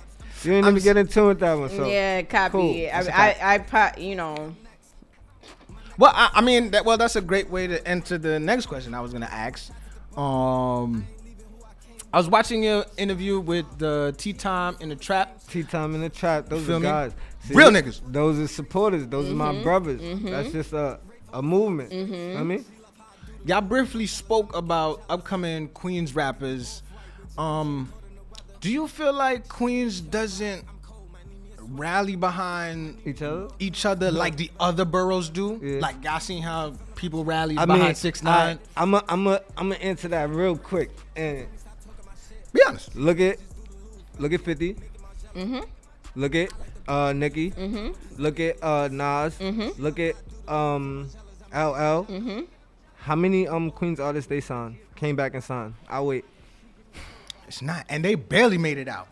S4: You ain't
S2: I'm
S4: even get in tune with that one. So
S3: yeah, copy.
S4: cool.
S3: I,
S4: That's a fact.
S3: I, I, pro- you know,
S2: Well, I, I mean, that, well, that's a great way to enter the next question I was gonna ask. Um, I was watching your interview with the Tea Time in the Trap.
S4: Tea time in the trap. Those
S2: Feel
S4: are
S2: me?
S4: guys. See,
S2: Real
S4: th-
S2: niggas.
S4: Those are supporters. Those are
S3: Mm-hmm.
S4: my brothers. That's just a a movement. I mean,
S2: Y'all briefly spoke about upcoming Queens rappers. Um, do you feel like Queens doesn't rally behind
S4: each other.
S2: each other like the other boroughs do?
S4: Yeah.
S2: Like y'all seen how people rally
S4: I
S2: behind
S4: mean,
S2: six nine.
S4: I, I'm a, I'm a, I'm gonna answer that real quick and
S2: Be honest.
S4: look at, look at 50 Look at uh Nicki.
S2: Mm-hmm.
S4: Look at uh Nas. Look at um LL.
S2: Mm-hmm.
S4: How many um Queens artists they signed? Came back and signed. I wait.
S2: It's not. And they barely made it out.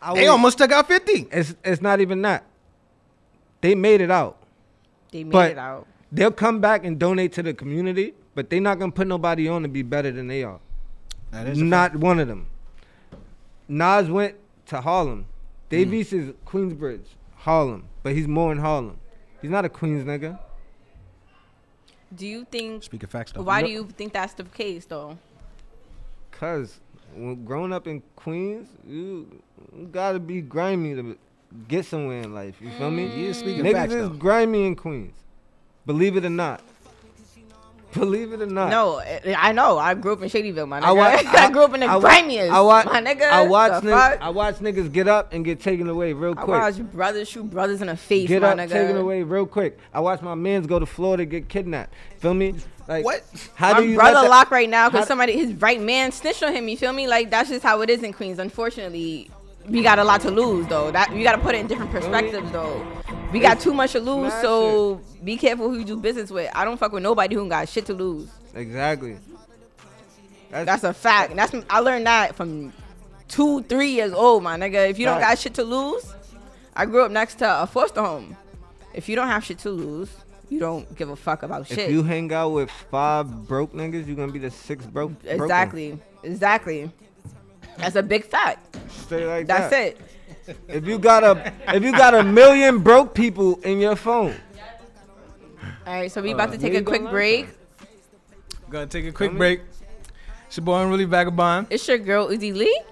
S4: I
S2: They almost took out 50.
S4: It's it's not even that. They made it out.
S3: they made
S4: But-
S3: it out.
S4: They'll come back and donate to the community, but they're not gonna put nobody on to be better than they are.
S2: That
S4: Not one of them. Nas went to Harlem. Davies
S2: Hmm.
S4: is Queensbridge, Harlem, but he's more in Harlem. He's not a Queens nigga.
S3: Do you think?
S2: Speaking facts, though.
S3: Why do you think that's the case, though?
S4: Cause when growing up in Queens, you you gotta be grimy to get somewhere in life. You feel me?
S2: Yeah, Mm. speaking
S4: Niggas
S2: facts,
S4: is
S2: though.
S4: grimy in Queens. Believe it or not. Believe it or not.
S3: No, I- I know. I grew up in Shadyville, my nigga. [LAUGHS] I,
S4: wa-
S3: grew up in the
S4: I wa-
S3: grimiest,
S4: I wa-
S3: my nigga.
S4: I watch,
S3: The
S4: nig-
S3: fuck?
S4: I watch niggas get up and get taken away real
S3: I
S4: quick.
S3: watched brothers shoot brothers in the face,
S4: get
S3: my
S4: up,
S3: nigga.
S4: taken away real quick. I watched my mans go to Florida get kidnapped. Feel me? Like
S2: What?
S4: How do
S3: my
S4: you let
S3: brother
S4: that-
S3: locked right now
S4: how-
S3: because somebody, his right man, snitched on him. You feel me? Like that's just how it is in Queens. Unfortunately, we got a lot to lose though. That we got to put it in different perspectives though. We got too much to lose,
S4: Smash
S3: so be careful who you do business with. I don't fuck with nobody who got shit to lose.
S4: Exactly.
S3: That's a fact. That's I learned that from two, three years old, my nigga. If you don't got
S4: Facts.
S3: shit to lose, I grew up next to a foster home. If you don't have shit to lose, you don't give a fuck about
S4: if
S3: shit.
S4: you hang out with five broke niggas, you're gonna be the sixth broke. broke one.
S3: exactly, exactly. That's a big fact.
S4: Straight like
S3: That's
S4: that.
S3: it.
S4: If you got a if you got a million broke people in your phone,
S3: All right, so we about to take
S4: yeah,
S3: a
S4: you
S3: quick
S4: Uh, gonna learn
S3: break.
S2: Gonna take a quick break. It's your boy, I'm really vagabond.
S3: It's your girl Uzi Lee.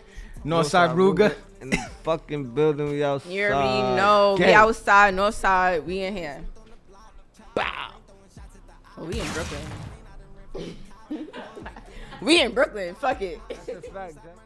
S2: Northside Ruger.
S4: in the fucking building we outside.
S3: You already know. We
S4: Gang.
S3: outside, north side. We in here. Bow. Oh, we in Brooklyn. [LAUGHS] we in Brooklyn. Fuck it. [LAUGHS]
S4: That's eh? a fact, Jack.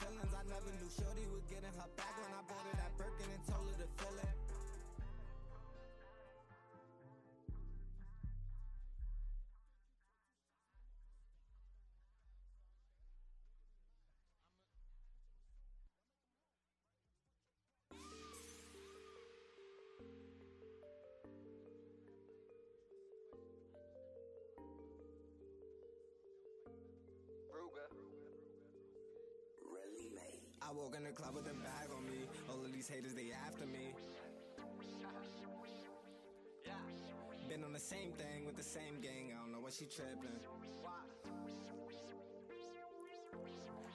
S6: Feelings I never knew Shorty would get in her back when I bought her that Birkin and told her to fill
S9: I walk in the club with a bag on me. All of these haters, they after me. Been on the same thing with the same gang. I don't know why she tripping.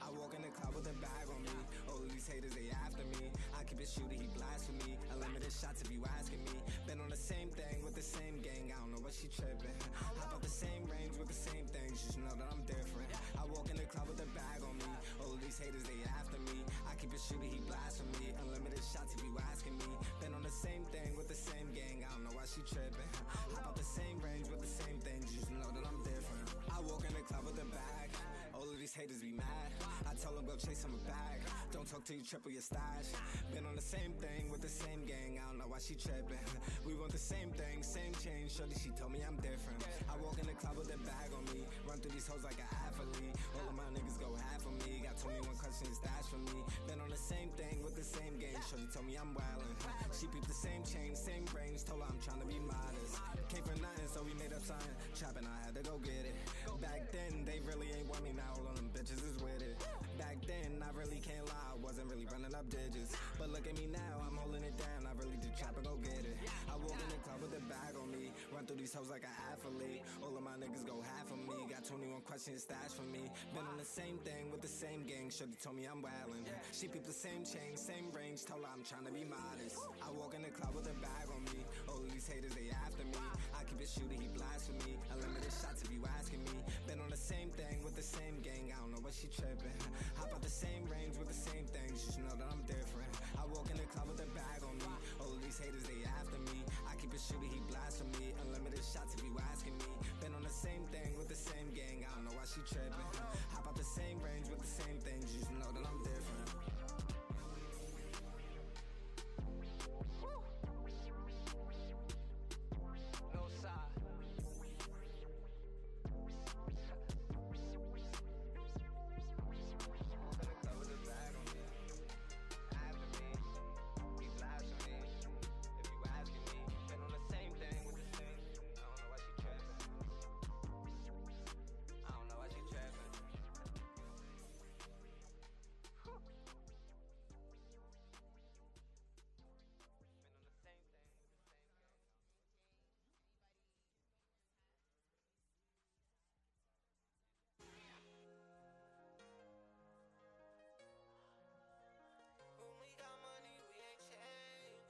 S9: I walk in the club with a bag on me. All of these haters, they after me. I keep it shooter, he blasphemy. Unlimited shots if you asking me. Been on the same thing with the same gang. I don't know what she tripping. Hop out the same range with the same things. Just know that I'm different. I walk in the club with a bag on me. All of these haters, they after me. I keep it shooter, he blasphemy. Unlimited shots if you asking me. Been on the same thing with the same gang. I don't know why she tripping. Hop out the same range with the same things. Just know that I'm different. I walk in the club with a bag. All of these haters be mad. I tell them go chase them a bag. Don't talk till you triple your stash. Been on the same thing with the same gang. I don't know why she tripping. [LAUGHS] We want the same thing, same change. Shorty, she told me I'm different. I walk in the club with a bag on me. Run through these hoes like an athlete. All of my niggas go half of me. Got 21 questions stashed for me. Been on the same thing with the same gang. Shorty told me I'm wildin'. She peep the same chain, same range. Told her I'm tryna be modest. Came from nothing, so we made up something. Trappin', I had to go get it. Back then, they really ain't want me. Now all of them bitches is with it. Back then, I really can't lie. I wasn't really running up digits. But look at me now, I'm holding it down. I really did trap and go get it. I walk in the club with a bag on me. Run through these hoes like an athlete. All of my niggas go half of me. Got 21 questions stashed for me. Been on the same thing with the same gang. Shorty told me I'm wildin'. She peep the same chain, same range. Told her I'm tryna be modest. I walk in the club with a bag on me. All of these haters, they after me. I keep it shooting, he blasphemy. Unlimited shots if you asking me. Been on the same thing with the same gang. I don't know what she tripping. Hop out the same range with the same things. Just know that I'm different. I walk in the club with a bag on me. All of these haters, they after me. I keep it shooting, he blasphemy. Unlimited shots if you asking me. Been on the same thing with the same gang. I don't know why she tripping. Hop out the same range with the same things. Just know that I'm different.
S6: When we got money, we ain't change.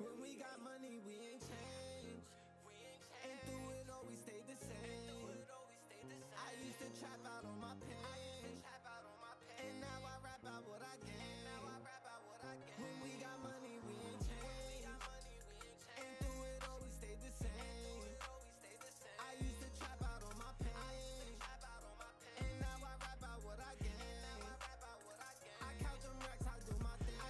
S9: When we got money, we ain't change.
S6: We ain't
S9: And
S6: change.
S9: through it all, we stayed the same.
S6: It always stayed the same.
S9: I used to trap out on my pain.
S6: Trap out on my pants.
S9: And now I rap out what I gain.
S6: Rap out what I get.
S9: When we got money, we ain't changed.
S6: Money, we ain't change.
S9: And through it all, we stayed the same.
S6: Always stayed the same.
S9: I used to trap out on my pain.
S6: Trap out on my pants.
S9: And now I rap out what I gain.
S6: Rap out what I get.
S9: I count them racks, I do my thing.
S6: I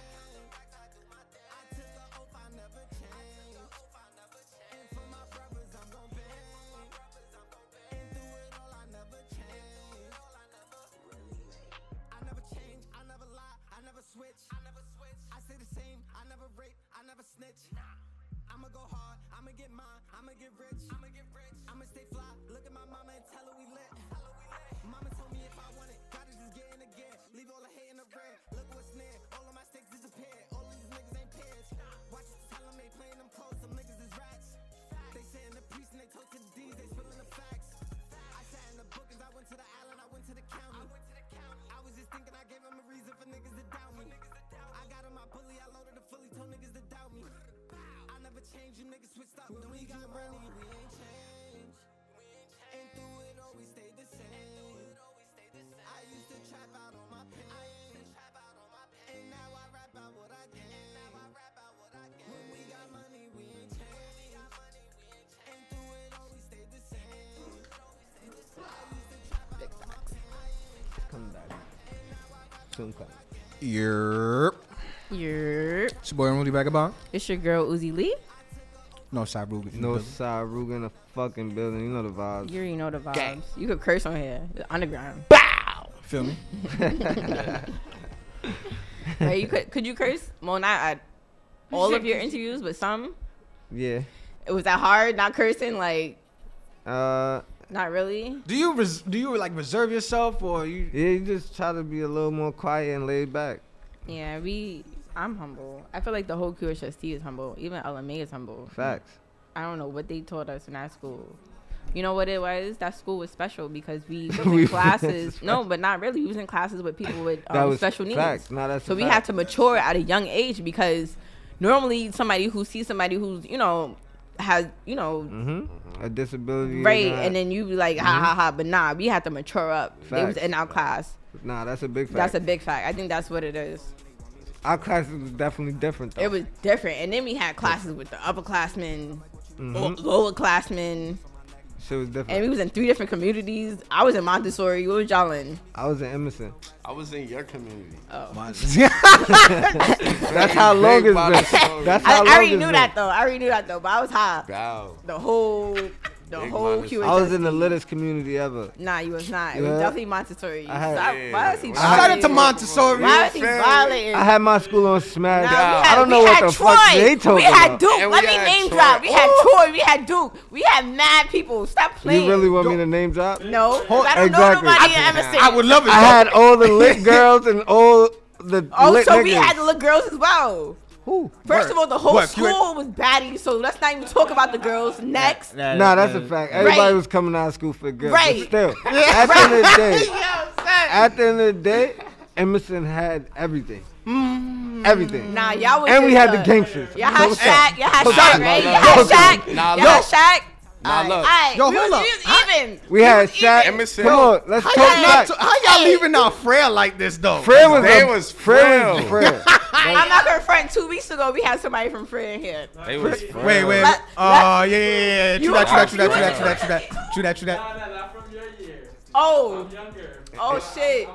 S6: do my thing.
S9: I took the oath, I never changed.
S6: Hope I never change.
S9: And for my brothers, I'm gon' bang.
S6: Brothers, I'm gon' bang.
S9: And through it all, I never change.
S6: All I never,
S9: I never change, I never lie, I never switch.
S6: I never switch.
S9: I say the same, I never rape, I never snitch. I'ma go hard, I'ma get mine, I'ma get rich.
S6: I'ma get rich.
S9: I'ma stay fly, look at my mama and tell her we lit.
S6: Hello, we lit.
S9: Mama told me if I want it, gotta just get in again. Leave all the hate in the red. Look what's near, all of my sticks disappeared. All of these niggas ain't peers. Watch it, tell them they playing them close, them niggas is rats. They saying the priest and they talk to the D's, they spilling the facts. I sat in the book as I went to the island, I went to the county.
S6: I went to the county.
S9: I was just thinking I gave him a reason for niggas to doubt me. I got on my bully, I loaded a fully, told niggas to doubt [LAUGHS] me. I never changed, you niggas switched up. When we got money, we ain't changed.
S6: We ain't change.
S9: And through it all, we stayed the same.
S6: It always stayed the same.
S9: I used to trap out on my pain.
S6: Trap out on my pants.
S9: And now I rap out what I gain.
S6: Rap out what I get.
S9: When we got money, we ain't changed.
S6: Money, we ain't change.
S9: And through it all, we stayed the same. I used to trap out on my pain.
S4: Come back. Soon come.
S2: Yerp.
S3: Yerp.
S2: It's your boy Rudy Vagabond.
S3: It's your girl Uzi Lee.
S2: No side Ruby.
S4: No side Ruger in the fucking building. You know the vibes.
S3: You already know the vibes. You could curse on here. It's underground. Bow.
S2: feel me?
S3: [LAUGHS] Like, you could could you curse? Well, not at all of your interviews, but some.
S4: [LAUGHS] Yeah.
S3: It was that hard not cursing. Like
S4: Uh,
S3: Not really.
S2: Do you res- do you like reserve yourself or you?
S4: Yeah, you just try to be a little more quiet and laid back.
S3: Yeah, we. I'm humble. I feel like the whole QHST is humble. Even LMA is humble.
S4: Facts.
S3: I don't know what they taught us in that school. You know what it was? That school was special because
S4: [LAUGHS]
S3: we was
S4: We-
S3: in classes. no, but not really. We was in classes with people with
S4: that
S3: um,
S4: was
S3: special needs.
S4: facts. No, that's
S3: So
S4: a
S3: we
S4: fact.
S3: had to mature at a young age because normally somebody who sees somebody who's you know has you know
S4: Mm-hmm. A disability.
S3: right,
S4: or not.
S3: and then you be like ha ha ha. But nah, we had to mature up. They was
S4: Mm-hmm. Facts.
S3: in our class.
S4: nah, that's a big fact.
S3: That's a big fact. I think that's what it is.
S4: Our class was definitely different. Though.
S3: It was different, and then we had classes with the upperclassmen, lower classmen,
S4: Shit was Mm-hmm. different.
S3: and we was in three different communities. I was in Montessori. What was y'all in?
S4: I was in Emerson.
S10: I was in your community.
S4: [LAUGHS]
S3: Oh. [LAUGHS]
S4: That's how long it's been. That's
S3: I,
S4: how
S3: I
S4: long
S3: already
S4: it's
S3: knew
S4: been.
S3: that though. I already knew that though. But I was high.
S10: Wow.
S3: The whole, the
S10: Big
S3: whole
S10: minus.
S3: QHS.
S4: I was in the littest community ever.
S3: Nah, you was not. It
S4: Yeah.
S3: was definitely Montessori.
S4: I had-
S3: Stop- Why is he?
S10: I
S2: Shout
S10: had-
S2: out to
S3: violating?
S2: Montessori.
S3: Why is he violating?
S4: I had my school on
S3: Nah,
S4: smash.
S3: we
S4: I
S3: had-
S4: don't know
S3: we
S4: what
S3: had
S4: the
S3: Troy.
S4: fuck they told
S3: We had Duke.
S10: And
S3: Let
S10: we
S3: me
S10: had
S3: name
S10: Troy.
S3: drop. We had Troy. We had Duke. We had mad people. Stop playing.
S4: You really want me to name drop?
S3: No, 'cause I don't
S4: Exactly.
S3: know nobody in
S4: I-
S3: Emerson.
S2: I would love it.
S4: I had all the lit girls and all the
S3: Oh,
S4: lit
S3: so we
S4: niggas.
S3: had the little girls as well.
S4: Who?
S3: First of all, the whole
S2: What, you
S3: school
S2: had-
S3: was batty, so let's not even talk about the girls. Next,
S4: Nah, that's a fact. Everybody
S3: Right.
S4: was coming out of school for girls.
S3: Right. [LAUGHS]
S4: But still, at the end of the day,
S3: Yo,
S4: at the end of the day, Emerson had everything. Everything.
S3: Mm. Hmm. nah, y'all was
S4: and we
S3: just,
S4: had the
S3: uh,
S4: gangsters.
S3: Y'all had
S4: What's up?
S3: Shaq. Y'all had
S4: What's
S3: Shaq,
S4: up?
S3: right?
S4: Nah,
S3: Y'all had
S4: look.
S3: Shaq.
S10: Nah,
S3: Y'all had
S10: look.
S3: Shaq.
S10: Nah, look.
S3: Alright,
S2: Yo,
S3: we
S2: hold
S3: was,
S2: up.
S3: we was even.
S4: We had
S3: was even.
S4: Shaq.
S10: Emerson.
S4: Come on, let's talk
S2: How y'all,
S4: back.
S2: not to- how y'all leaving out Freya like this though?
S4: Fred was
S10: They
S4: a-
S10: was
S4: Fred was
S10: frail.
S4: Fred.
S3: I'm not her friend. Two weeks ago, we had somebody from Fred here.
S10: They was
S2: Wait, wait.
S3: Let-
S2: Oh yeah, yeah, yeah. True
S3: You
S2: that, true
S3: are-
S2: that, true that,
S3: you
S2: true that,
S3: are-
S2: true that, true that, true that, true that.
S3: Oh, oh shit.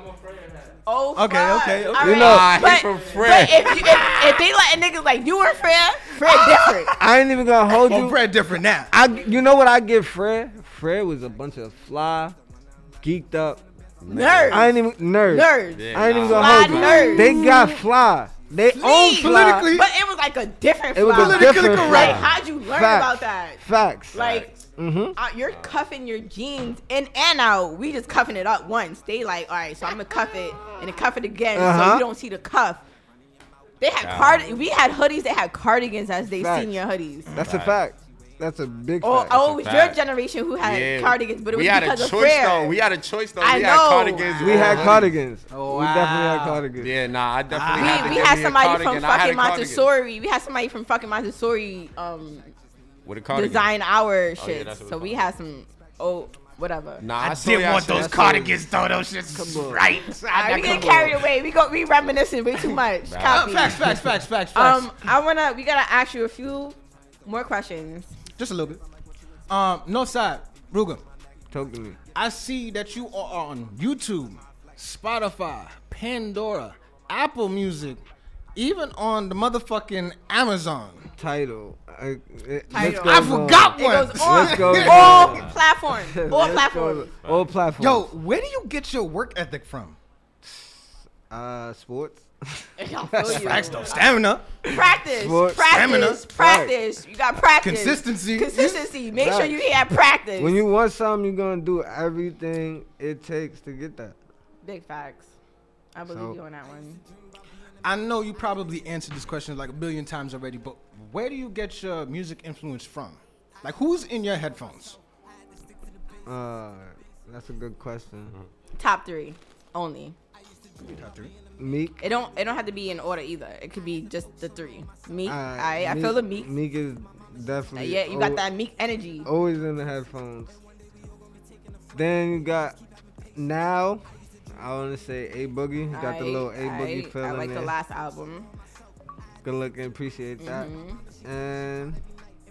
S3: Oh,
S2: Okay,
S3: fuck.
S2: okay, okay.
S3: All
S4: You
S3: right.
S4: know,
S10: Ah, he
S3: but,
S10: from Fred.
S3: but if, you, if, if they let niggas like you were Fred, Fred different.
S4: I ain't even gonna hold
S2: Oh,
S4: you.
S2: Fred different now.
S4: I, you know what I give Fred? Fred was a bunch of fly, geeked up.
S3: Nerds.
S4: I ain't even nerds.
S3: nerds.
S4: I ain't
S10: nah.
S4: even gonna
S3: Fly
S4: hold you.
S3: nerds.
S4: They got fly. They
S10: Oh,
S4: own
S3: Please.
S4: fly.
S2: Politically-
S3: But it was like a different
S4: It was
S3: fly.
S4: a different fly.
S3: Like, how'd you learn
S4: Facts.
S3: about that?
S4: Facts.
S3: Like,
S4: Mhm.
S3: uh, you're cuffing your jeans in and out. We just cuffing it up once. They like, all right, so I'm gonna cuff it and then cuff it again, so
S4: Uh-huh.
S3: you don't see the cuff. They had card. We had hoodies. They had cardigans as they
S4: Facts.
S3: senior hoodies.
S4: That's a fact. That's a big
S3: Oh,
S4: fact.
S3: oh, it was
S10: That's a
S3: your
S10: fact.
S3: generation who had
S10: Yeah.
S3: cardigans, but it was
S10: we had a
S3: because
S10: choice
S3: of Frere.
S10: though. We had a choice though.
S3: I
S10: we
S3: know.
S10: had cardigans.
S4: we
S10: and
S4: had
S10: hoodies.
S4: cardigans.
S2: Oh,
S4: we definitely had
S2: wow.
S4: cardigans.
S10: Yeah, nah, I definitely.
S3: we,
S10: had to
S3: we
S10: get
S3: had
S10: me a
S3: somebody from
S10: cardigan. I had
S3: fucking
S10: a cardigan
S3: Montessori. We had somebody from fucking Montessori um,
S10: with a cardigan.
S3: design our
S10: Oh, yeah,
S3: shit.
S10: that's what
S3: so
S10: it's
S3: we
S10: called.
S3: had some oh whatever.
S10: Nah,
S2: I,
S10: I, saw
S2: did
S10: y'all
S2: want
S10: shit.
S2: those
S10: I saw-
S2: cardigans though. Those shits
S4: Come
S10: [LAUGHS]
S4: on.
S2: right.
S3: I, Ah, we get carried away. We go we reminiscing way too much. Copy.
S2: Facts, facts, facts, facts, facts.
S3: Um, I wanna we gotta ask you a few more questions.
S2: Just a little bit. Um, Northside, Ruger.
S4: Talk to me.
S2: I see that you are on YouTube, Spotify, Pandora, Apple Music, even on the motherfucking Amazon.
S4: Title. I, it- let's
S3: Title.
S4: go
S2: I
S4: on.
S2: forgot
S3: It
S2: one.
S3: goes on
S4: Let's go
S3: all
S4: on. [LAUGHS]
S3: platforms. All
S4: Let's go
S3: platforms.
S4: on. All platforms.
S2: Yo, where do you get your work ethic from?
S4: Uh, sports.
S3: [LAUGHS] I feel you.
S2: Facts
S4: [LAUGHS]
S2: though. Stamina.
S3: Practice,
S4: Sports.
S2: Stamina.
S3: practice, practice. You got practice.
S2: Consistency.
S3: Consistency. Make sure
S4: Right.
S3: you had [LAUGHS] practice.
S4: When you want something, you're gonna do everything it takes to get that.
S3: Big facts. I believe
S4: So-
S3: you on that one.
S2: I know you probably answered this question like a billion times already, but where do you get your music influence from? Like who's in
S4: [LAUGHS]
S2: your headphones?
S4: Uh, that's a good question.
S3: Top three only.
S4: Meek.
S3: It don't. It don't have to be in order either. It could be just the three. Meek.
S4: uh,
S3: I I feel the meek.
S4: Meek is definitely.
S3: yeah, you got
S4: al-
S3: that meek energy.
S4: Always in the headphones. Then you got now. I want to say A Boogie. You got the
S3: I-
S4: little A Boogie
S3: I,
S4: feeling.
S3: I like the
S4: there.
S3: last album.
S4: Good looking. Appreciate that.
S3: Mm-hmm.
S4: And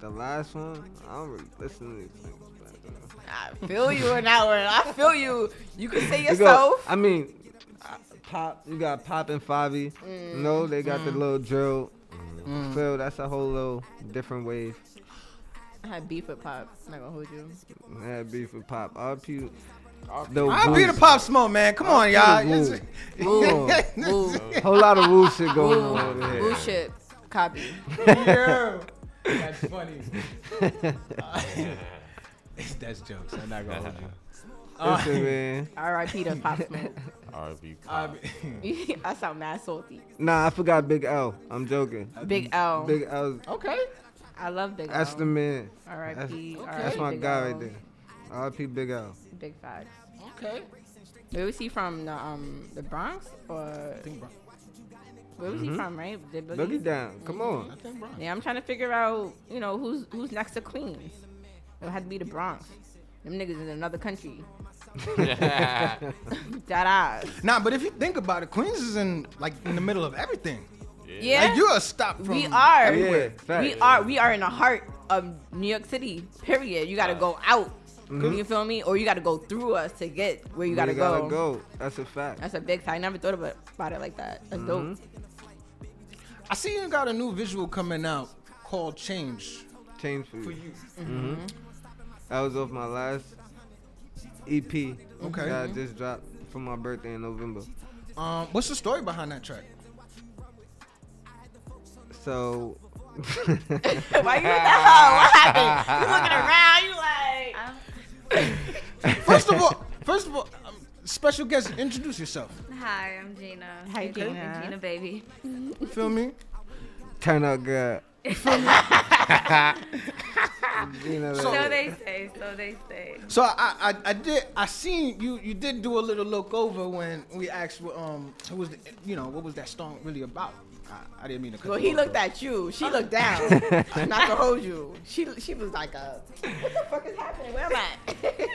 S4: the last one. I don't really listen to these things. but, uh,
S3: I feel you on that one. I feel you. You can say
S4: You go,
S3: yourself.
S4: I mean, uh, pop. You got pop and Fabi.
S3: Mm.
S4: No, they got the little drill.
S2: Mm.
S4: So that's a whole little different wave.
S3: I had beef with Pop. not gonna hold you.
S4: That beef with pop. RP. The
S2: I'll be the
S4: Woo.
S2: pop smoke, man. Come on, y'all.
S4: Woo. [LAUGHS]
S2: [LAUGHS] Woo.
S3: Woo,
S4: Whole lot of woo shit going
S3: woo,
S4: on over
S3: woo
S4: here.
S3: shit. Copy.
S4: [LAUGHS]
S2: [LAUGHS] Yeah. That's funny. That's jokes. I'm not gonna hold
S4: [LAUGHS]
S2: you.
S4: Listen, man.
S3: R.I.P. to
S4: [LAUGHS]
S3: Pop Smoke.
S10: R.I.P.
S2: I
S10: Pop.
S2: mean-
S3: [LAUGHS] I sound mad salty.
S4: Nah, I forgot Big L. I'm joking.
S3: Big L. I
S4: Big L.
S2: okay.
S3: love Big
S4: That's
S3: L.
S4: the man. That's,
S3: R.I.P.
S4: that's my guy right there. RP Big L.
S3: Big facts.
S2: Okay.
S3: Where was he from? The um the Bronx or
S2: I think Bron-
S3: where was he from? Right? Did Boogie?
S4: Mm-hmm.
S3: Mm-hmm.
S4: Boogie down. Come
S2: I
S4: on.
S2: think Bron-
S3: Yeah, I'm trying to figure out you know who's who's next to Queens. It had to be the Bronx. Them niggas in another country.
S10: yeah.
S3: That ass.
S2: Uh, [LAUGHS] Nah, but if you think about it, Queens is in like in the middle of everything.
S3: Yeah.
S2: Like you're a stop from.
S3: we are.
S4: Yeah,
S3: we
S4: facts.
S3: are. We are in the heart of New York City. Period. You gotta go out. You feel me? Or you gotta go through us to get where you gotta,
S4: Mm-hmm. gotta go. That's a fact.
S3: That's a big. I never thought about, about it like that. That's dope.
S4: Mm-hmm.
S2: I see you got a new visual coming out called Change. Mm-hmm.
S4: Change for you. Mm.
S3: Mm-hmm.
S4: Mm-hmm. That was off my last EP
S2: Okay.
S4: that I just dropped for my birthday in November.
S2: Um, what's the story behind that track?
S3: [LAUGHS]
S4: So
S3: Why you with that hoe? What happened? You looking around? You like?
S2: First of all, first of all, um, special guest, introduce yourself.
S11: Hi, I'm Gina.
S3: Hi,
S11: You call me
S3: Gina.
S11: Gina, baby.
S2: Feel me?
S4: [LAUGHS] turn out good. [LAUGHS] You know
S2: So-
S4: that.
S11: [LAUGHS] So they say. So they say.
S2: So I, I, I did, I seen you, you did do a little look over when we asked, what, um, who was, the, you know, what was that song really about? I, I didn't mean to. cut
S3: Well,
S2: you
S3: he
S2: off,
S3: looked
S2: though.
S3: at you. She looked down.
S2: [LAUGHS]
S3: Not to hold you. She she was like, uh, what the fuck is happening? Where am I?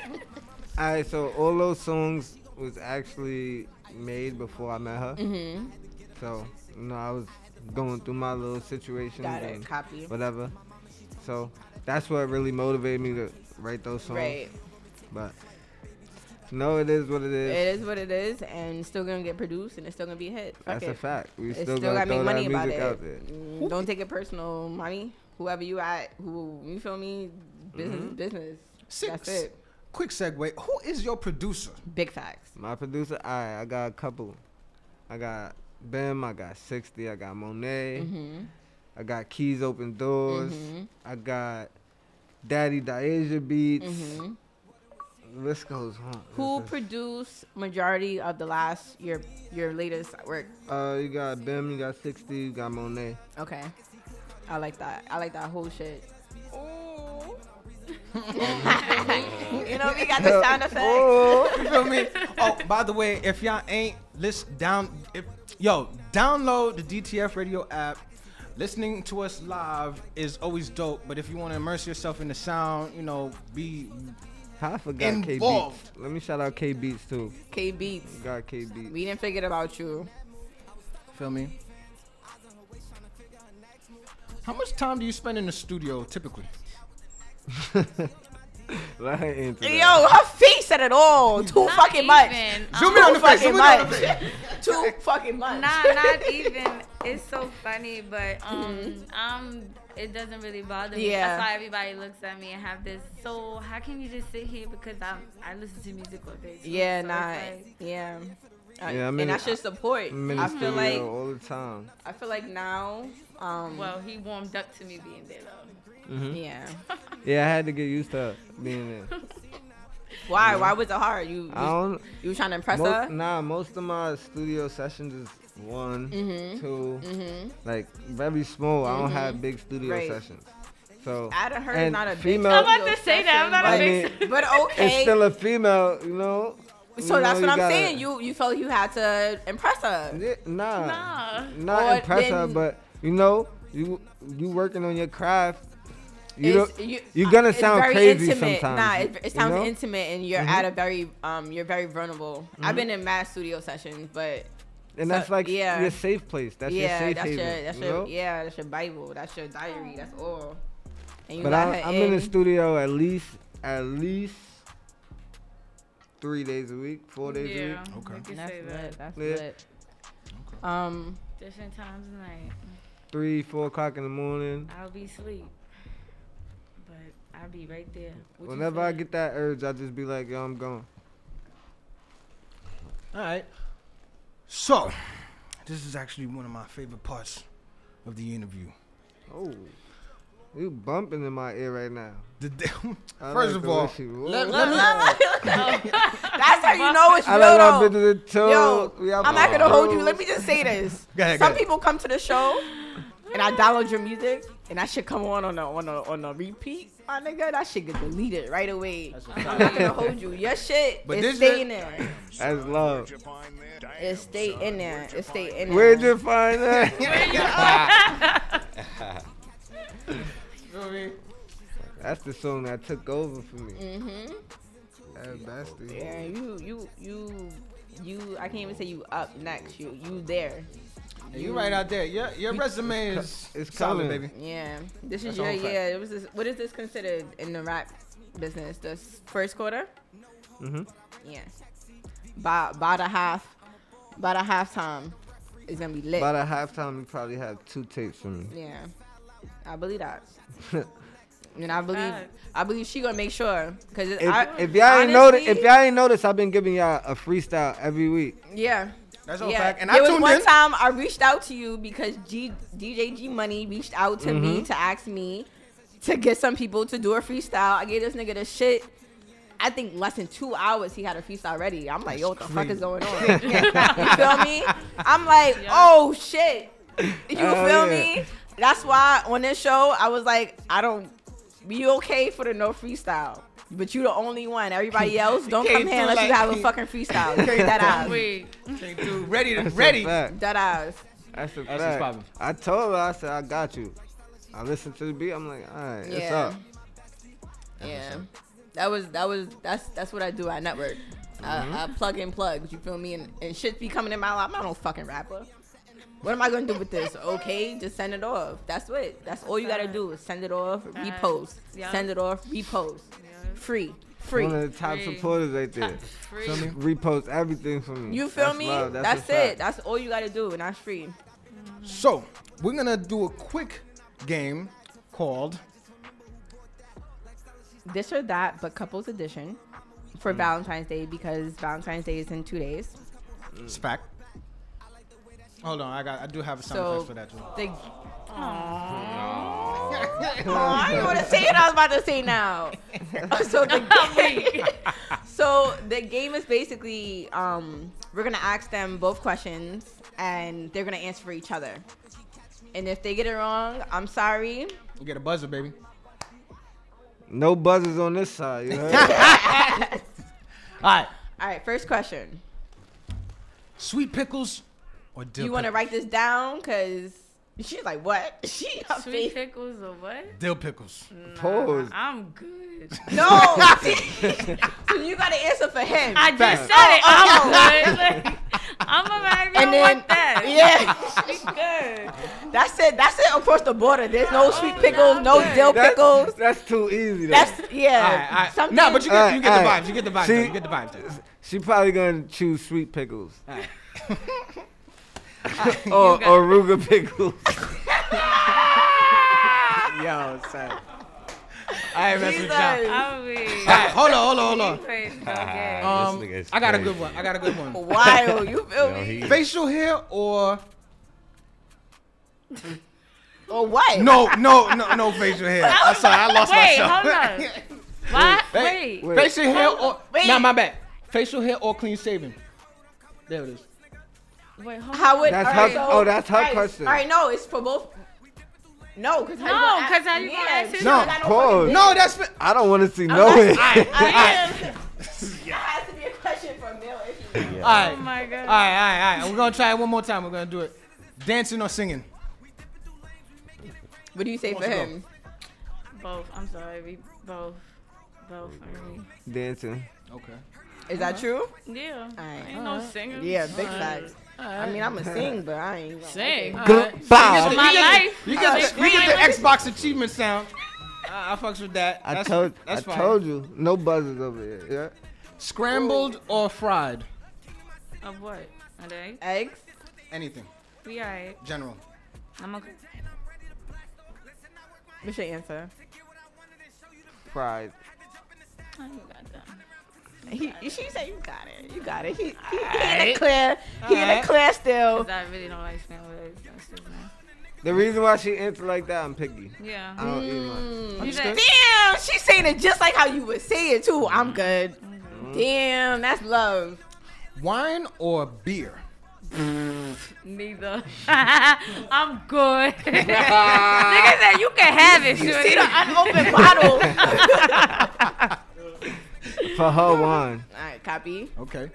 S4: All right, so all those songs was actually made before I met her.
S3: mm-hmm.
S4: So, you know, I was going through my little situations
S3: Got it.
S4: and
S3: Copy.
S4: whatever. So that's what really motivated me to write those songs.
S3: Right.
S4: But no, it is what [LAUGHS] it is.
S3: It is what it is, and it's still gonna get produced, and it's still gonna be a hit. Fuck
S4: that's
S3: it.
S4: a fact. We
S3: It's
S4: still,
S3: still,
S4: gotta
S3: gotta
S4: throw
S3: make money
S4: that
S3: about
S4: music
S3: it.
S4: out there.
S3: Mm, Don't take it personal, mommy. Whoever you at, who you feel me? Business,
S4: Mm-hmm.
S3: is business.
S2: Six.
S3: That's it.
S2: Quick segue. Who is your producer?
S3: Big facts.
S4: My producer, all right, I got a couple. I got Bim, I got 60, I got Monet,
S3: Mm-hmm.
S4: I got Keys Open Doors,
S3: Mhm.
S4: I got Daddy Diasia Beats.
S3: Mm-hmm.
S4: This goes on.
S3: Who
S4: This is-
S3: produced majority of the last your your latest work?
S4: Uh, you got Bim, you got 60, you got Monet.
S3: Okay, I like that. I like that whole shit. you know we got the sound effect.
S2: [LAUGHS] You feel me? Oh, by the way, if y'all ain't listen down, if yo download the DTF Radio app. Listening to us live is always dope, but if you want to immerse yourself in the sound, you know, be
S4: I forgot K Beats.
S2: Involved.
S4: Let me shout out K Beats too.
S3: [LAUGHS] K Beats.
S4: Got K Beats.
S3: We didn't forget about you.
S2: feel me. How much time do you spend in the studio typically?
S4: [LAUGHS] Let her answer that.
S3: Yo, her face said it all. Too
S11: Not
S3: fucking much.
S11: even. Uh-huh.
S2: Zoom in on the
S3: fucking
S2: face. Zoom in on the
S3: much.
S2: face.
S3: Too fucking much.
S11: Nah, not even. It's so funny, but um, um, it doesn't really bother me.
S3: Mm-hmm. Yeah.
S11: That's why everybody looks at me and have this. So how can you just sit here because I I listen to music all day. too,
S3: Yeah,
S11: so it's
S3: nah.
S11: like-
S3: yeah.
S4: Yeah, I'm in
S3: and I
S4: it-
S3: should support.
S4: I'm in the
S3: I feel
S4: studio
S3: like
S4: all the time.
S3: I feel like now, um,
S11: well, he warmed up to me being there though.
S4: Mm-hmm.
S3: yeah.
S4: Yeah, I had to get used to being there.
S3: Why? Why was it hard? You
S4: I
S3: you,
S4: don't.
S3: you was trying to impress
S4: Most,
S3: her?
S4: nah, most of my studio sessions is one, two,
S3: Mm-hmm.
S4: like very small. I don't have big studio
S3: Right.
S4: sessions. So
S3: I done heard
S4: and
S3: not a big
S4: female.
S11: I'm about to say that. I'm not
S4: I
S11: a
S4: mean,
S3: [LAUGHS]
S11: big.
S3: But
S4: it's
S3: okay.
S4: still a female, you know.
S3: so
S4: You
S3: that's
S4: know,
S3: what I'm
S4: you
S3: saying.
S4: gotta-
S3: You you felt you had to impress her.
S4: Yeah, Nah,
S11: Nah.
S4: not
S3: Or
S4: impress her,
S3: then-
S4: but you know, you you working on your craft. You
S3: It's-
S4: don't, you're gonna
S3: it's
S4: sound
S3: very
S4: crazy
S3: intimate.
S4: sometimes,
S3: Nah, it, it
S4: you
S3: sounds
S4: know? Mm-hmm.
S3: intimate, and you're at a very um, you're very vulnerable. I've been in mad studio sessions, but
S4: and
S3: so-
S4: that's like
S3: yeah.
S4: your safe place. That's your
S3: yeah,
S4: safe
S3: that's your
S4: haven.
S3: that's
S4: you
S3: your
S4: know?
S3: yeah, that's your Bible, that's your diary, that's all. And you
S4: But
S3: let
S4: I,
S3: her
S4: I'm in the
S3: in.
S4: studio at least at least three days a week, four days a
S11: Yeah.
S4: week.
S2: Okay.
S11: Okay. You can
S3: That's
S11: say that.
S3: lit. That's
S4: Yeah.
S3: lit. Um,
S11: Different times of night.
S4: Three, four o'clock in the morning.
S11: I'll be asleep. But I'll be right there. What you
S4: Whenever I [LAUGHS]
S11: say?
S4: get that urge, I just be like, yo, I'm going.
S2: All right. So, this is actually one of my favorite parts of the interview.
S4: Oh. You bumping in my ear right now.
S2: [LAUGHS]
S4: I like
S2: First of
S4: the
S2: all,
S4: way she-
S2: let-
S4: Whoa.
S2: let
S3: [LAUGHS]
S2: me-
S3: That's how you know it's
S4: I
S3: real
S4: like my
S3: though.
S4: bitches in toes.
S3: Yo,
S4: We out
S3: I'm
S4: my
S3: not gonna hold you.
S4: toes.
S3: Let me just say this.
S2: Go ahead, go
S3: Some
S2: ahead.
S3: people come to the show, and I download your music, and that shit come on on a on a on a repeat. My nigga, that shit get deleted right away. I'm not gonna hold you. Your shit
S2: But
S3: it
S2: this
S3: stay
S2: shit-
S3: in there.
S4: That's love.
S3: It stay in there. It stay in there.
S4: Where'd you find
S3: [LAUGHS]
S4: that? [LAUGHS]
S3: [LAUGHS]
S4: That's the song that took over for me.
S3: Mm-hmm.
S4: That bastard.
S3: Yeah, you you you you. I can't even say you up next. You you there.
S2: you right out there. Your
S3: [LAUGHS]
S2: your resume is
S4: It's
S2: solid,
S4: coming.
S2: baby.
S3: Yeah, this is
S2: That's
S3: your
S2: all fact.
S3: yeah. It was this, what is this considered in the rap business? The s- first quarter.
S4: Mhm.
S3: Yeah. By by the half, by the halftime, it's gonna be lit.
S4: By the halftime, you probably have two tapes for me.
S3: yeah, I believe
S4: [LAUGHS]
S3: that. And I believe I believe she gonna make sure because
S4: If, if y'all ain't noticed, if
S3: honestly-
S4: y'all ain't noticed, I've been giving y'all a freestyle every week.
S3: yeah.
S2: That's all
S3: Yeah,
S2: fact. And
S3: there
S2: I
S3: was
S2: tuned
S3: one
S2: in.
S3: time I reached out to you because G, DJ G Money reached out to me
S4: Mhm.
S3: to ask me to get some people to do a freestyle. I gave this nigga the shit. I think less than two hours he had a freestyle ready. I'm like, yo, what the fuck is going
S2: [LAUGHS]
S3: on? you feel me? I'm like, oh shit. You
S2: Oh,
S4: Hell
S3: feel
S4: yeah.
S3: me? That's why on this show I was like, I don't be okay for the no freestyle. But you the only one.
S2: [LAUGHS]
S3: Everybody else, don't
S2: came
S3: come here
S2: through
S3: unless you
S2: like-
S3: have a fucking freestyle.
S4: [LAUGHS]
S3: That ass.
S11: Wait.
S2: Came through ready to
S4: That's a
S2: ready.
S4: fact.
S3: That ass.
S4: That's a
S2: That's what's
S4: fact.
S2: poppin'.
S4: I told her, I said, I got you. I listened to the beat. I'm like, all right, it's
S3: Yeah.
S4: up.
S3: Yeah, that was that was that's that's what I do. I network. I, I
S4: Mm-hmm.
S3: plug and plug. You feel me? And, and shit be coming in my life. I'm not no fucking rapper. What am I gonna do with this? Okay, just send it off. That's it. That's all you gotta do is send it off, repost,
S11: Yeah.
S3: send it off, repost, free, free.
S4: One of the top
S11: Free.
S4: supporters right there.
S11: Free.
S4: Feel me? Repost everything for me.
S3: You feel
S4: That's
S3: me?
S4: love. That's,
S3: That's,
S4: a fact. Mm-hmm.
S3: it. That's all you gotta do, and that's free.
S2: So we're gonna do a quick game called
S3: This or that, but couples edition
S2: Mm.
S3: for Valentine's Day because Valentine's Day is in two days.
S2: Spack. Hold on, I got. I do have a sound
S3: So
S2: effect for that too.
S3: the. [LAUGHS] [LAUGHS] Oh, I didn't want to say it. I was about to say
S2: [LAUGHS]
S3: now. so the game, [LAUGHS] so the game is basically um, we're gonna ask them both questions and they're gonna answer for each other. And if they get it wrong, I'm sorry.
S2: You get a buzzer, baby.
S4: No buzzers on this side. You
S3: [LAUGHS]
S4: heard?
S2: All right,
S3: All right, first question.
S2: sweet pickles or dill.
S3: you want to
S2: pickles?
S3: write this down? Cause she's like, what? [LAUGHS] She up
S11: Sweet
S3: there.
S11: pickles or what?
S2: dill pickles?
S4: Pause.
S11: I'm good.
S2: [LAUGHS]
S3: No. [LAUGHS]
S11: [LAUGHS]
S3: so you gotta answer for him.
S11: I just said it.
S2: Oh,
S11: I'm good. I'm alright.
S3: And
S11: And
S3: then-
S11: then, want that.
S3: yeah.
S11: [LAUGHS] We good. Oh,
S3: That's it. That's it. Across the border, there's no sweet pickles, no dill
S4: That's-
S3: pickles.
S4: That's too easy. Though.
S3: That's
S2: All
S3: yeah.
S2: right, all right.
S3: Something.
S2: No, but you get,
S4: Alright,
S2: you get the
S4: alright.
S2: vibes. You get the vibes.
S4: See-
S2: though. you get the vibes. though.
S4: she probably gonna choose sweet pickles
S11: You
S4: or
S11: got-
S4: or ruga pickles.
S2: Yo, son. I ain't messing
S3: Jesus.
S2: with y'all.
S11: I'll be.
S2: All right, hold on, hold on, hold on.
S11: Please go
S4: Ah,
S11: gay.
S2: Um,
S10: Ah, nigga is
S2: I got a
S10: crazy.
S2: good one. I got a good one. [LAUGHS] Oh,
S3: Wild, you feel
S10: Yo,
S3: me?
S10: he-
S2: Facial hair
S3: Or
S2: or
S3: Oh, what?
S2: no, no, no, no facial hair. I'm sorry, I lost
S11: Wait,
S2: myself.
S11: hold on.
S4: [LAUGHS]
S11: What?
S2: Wait,
S11: Wait.
S4: wait.
S2: Facial hair or
S3: Wait.
S2: nah, my bad. Facial hair or clean shaving. There it is.
S11: Wait, hold on.
S3: How would?
S4: That's
S3: alright,
S4: her-
S3: so-
S4: oh, that's her
S3: alright,
S4: question.
S3: Alright, no, it's for both. No, cause how
S11: No,
S3: you gonna
S11: 'cause how you gonna answer
S3: she
S11: No,
S3: don't got
S4: pause.
S3: fucking dick.
S2: No, that's fa-
S4: I don't want to see no way.
S3: I am. That has to be a question for a male issue.
S2: all right,
S11: Oh
S2: all right,
S11: my god.
S2: all right, all right. We're gonna try it one more time. We're gonna do it. Dancing or singing?
S3: What do you say for
S2: Let's go.
S3: him?
S11: Both. I'm sorry. We both. Both for
S4: [LAUGHS] Dancing.
S2: Okay.
S3: Is that true?
S11: me. Yeah.
S3: Alright,
S11: Ain't no singer.
S3: Yeah, big facts. I mean, I'ma sing, but I ain't. gonna-
S11: Sing.
S4: Goodbye.
S11: My life.
S2: You get the, you get
S11: Scream.
S2: the Xbox achievement sound. I, I fucks with that.
S4: I
S2: That's,
S4: told.
S2: That's
S4: I
S2: fine.
S4: told you. No buzzers over here. Yeah.
S2: Scrambled or fried?
S11: Of what? Are they?
S3: Eggs.
S2: Anything.
S11: We alright.
S2: General.
S11: I'm okay.
S3: What's your answer?
S4: Fried.
S11: Oh, you got that.
S3: He, she said you got it. You got it. He, he, he in the clear. He in
S2: Alright.
S3: the clear still.
S11: 'Cause I really don't like sandwiches. That's just me.
S4: The reason why she answered like that, I'm picky.
S11: Yeah.
S4: I don't eat much.
S11: You
S4: Understood?
S11: like-
S3: Damn, she's saying it just like how you would say it too. I'm good. Damn, that's love.
S2: Wine or beer?
S3: Mm, [LAUGHS]
S11: Neither. [LAUGHS] I'm good. Nigga said you can have it.
S3: You
S11: shorty." [LAUGHS]
S3: see the unopened bottle.
S4: For her wine.
S3: All right, copy.
S2: Okay.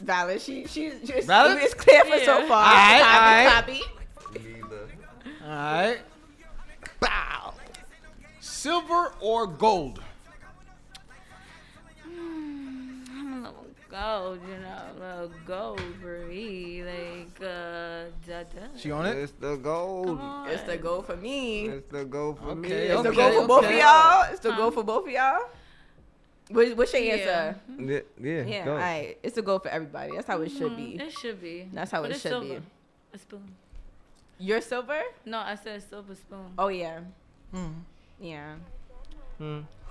S3: Valid. She she just
S2: Valid?
S3: it's clear for so
S11: Yeah.
S3: far.
S2: Alright,
S3: copy, copy.
S2: All right. Bow. Silver or gold?
S11: I'm a little gold, you know, a little gold for me. Like, uh, da, da.
S2: She on it?
S4: It's the gold.
S11: Come on.
S3: It's the goal for me.
S4: It's the gold for me.
S2: Okay,
S4: It's
S3: It's
S4: the
S3: the goal
S2: okay.
S3: for both of
S2: okay.
S3: y'all. It's the goal for both of y'all. What, what's your
S11: Um, Yeah.
S3: answer?
S4: Yeah, yeah,
S3: Yeah,
S4: go.
S3: all right. It's a goal for everybody. That's how it should be.
S11: Mm, Mm-hmm. It should be.
S3: That's how
S11: But
S3: it
S11: it's
S3: should
S11: silver.
S3: be.
S11: A spoon.
S3: You're silver?
S11: No, I said silver spoon.
S3: Oh yeah.
S4: Hmm.
S3: Yeah.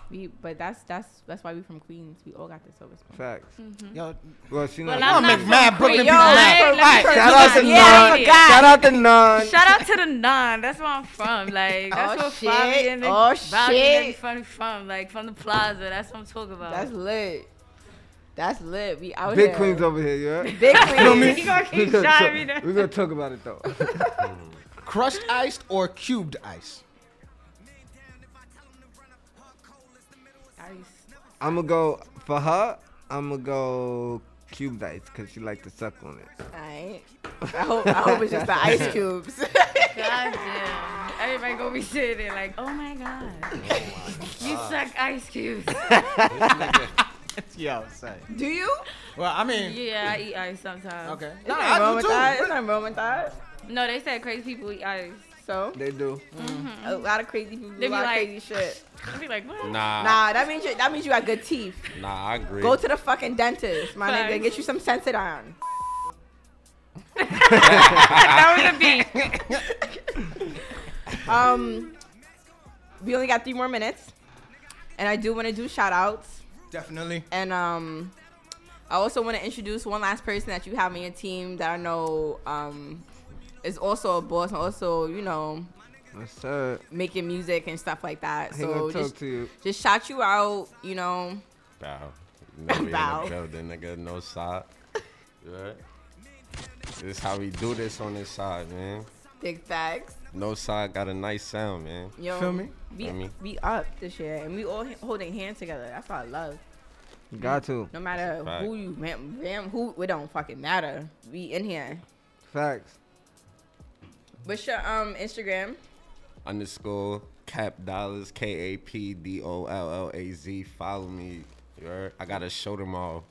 S3: We, but that's that's that's why we from Queens. We all got the silver spoon.
S4: Facts.
S2: Yo,
S4: Well, she
S11: Mm-hmm. Well,
S4: not.
S11: I'm
S2: make
S11: not
S2: mad
S11: from
S2: Brooklyn
S11: Queens.
S2: people
S11: Hey,
S2: mad.
S11: let me
S2: All right,
S11: tell
S4: shout
S11: you
S4: out to
S11: something.
S4: None.
S11: Yeah, I forgot.
S4: Shout out to None.
S11: Shout out to the non. That's where I'm from. Like that's
S3: Oh,
S11: where
S3: shit.
S11: Fabian and
S3: Oh,
S11: Fabian
S3: shit.
S11: from from like from the plaza. That's what I'm talking about.
S3: That's lit. That's lit. We out
S4: Big
S3: here.
S4: Queen's over here, [LAUGHS] you heard?
S3: Big
S11: He
S3: Queens.
S11: gonna
S4: We're
S11: keep
S4: gonna,
S11: shouting
S4: talk,
S11: me
S4: we
S11: that.
S4: gonna talk about it though.
S2: [LAUGHS]
S4: [LAUGHS]
S2: Crushed ice or cubed ice?
S4: I'm gonna go for her. I'm gonna go cube dice because she like to suck on it.
S3: all right. I hope I hope it's
S4: [LAUGHS]
S3: just the ice cubes. [LAUGHS]
S11: God damn. Everybody gonna be sitting there like, oh my god,
S2: [LAUGHS]
S11: you suck ice cubes.
S2: [LAUGHS] Yo, say.
S3: Do you?
S2: Well, I mean,
S11: yeah, I eat ice sometimes.
S2: okay.
S3: Nah,
S2: Nah,
S3: nothing wrong
S2: I do
S3: with
S2: too.
S3: that. There's nothing wrong with that.
S11: No, they said crazy people eat ice.
S3: So
S4: They do.
S3: a lot of crazy people,
S11: Mm-hmm. They
S3: do a
S11: be
S3: lot
S11: like-
S3: of crazy shit.
S11: I'd be [LAUGHS] like, what?
S10: Nah, nah,
S3: Nah, that means you, that means you got good teeth.
S10: I agree.
S3: Go to the fucking dentist, my nigga.
S11: Facts.
S3: Get you some Sensodyne.
S11: that was a beat.
S3: [LAUGHS] Um, we only got three more minutes, and I do want to do shout outs.
S2: Definitely.
S3: And um, I also want to introduce one last person that you have on your team that I know um, is also a boss and also, you know,
S4: What's up?
S3: making music and stuff like that.
S4: He
S3: so
S4: gonna talk
S3: just,
S4: to you.
S3: just shout you out, you know.
S10: Bow. You know we
S3: Bow.
S10: in the building, nigga. No side. Yeah. This is how we do this on this side, man.
S3: Big facts.
S10: No side got a nice sound, man.
S3: Yo,
S2: Feel me?
S3: We,
S10: Feel me?
S3: we up this year, and we all h- holding hands together. That's what I love.
S4: Got to.
S3: No matter
S10: fact.
S3: who you, man, man, who it don't fucking matter. We in here.
S4: Facts.
S3: What's your um Instagram?
S10: Underscore cap dollars K A P D O L L A Z. Follow me. You heard? I gotta show them all.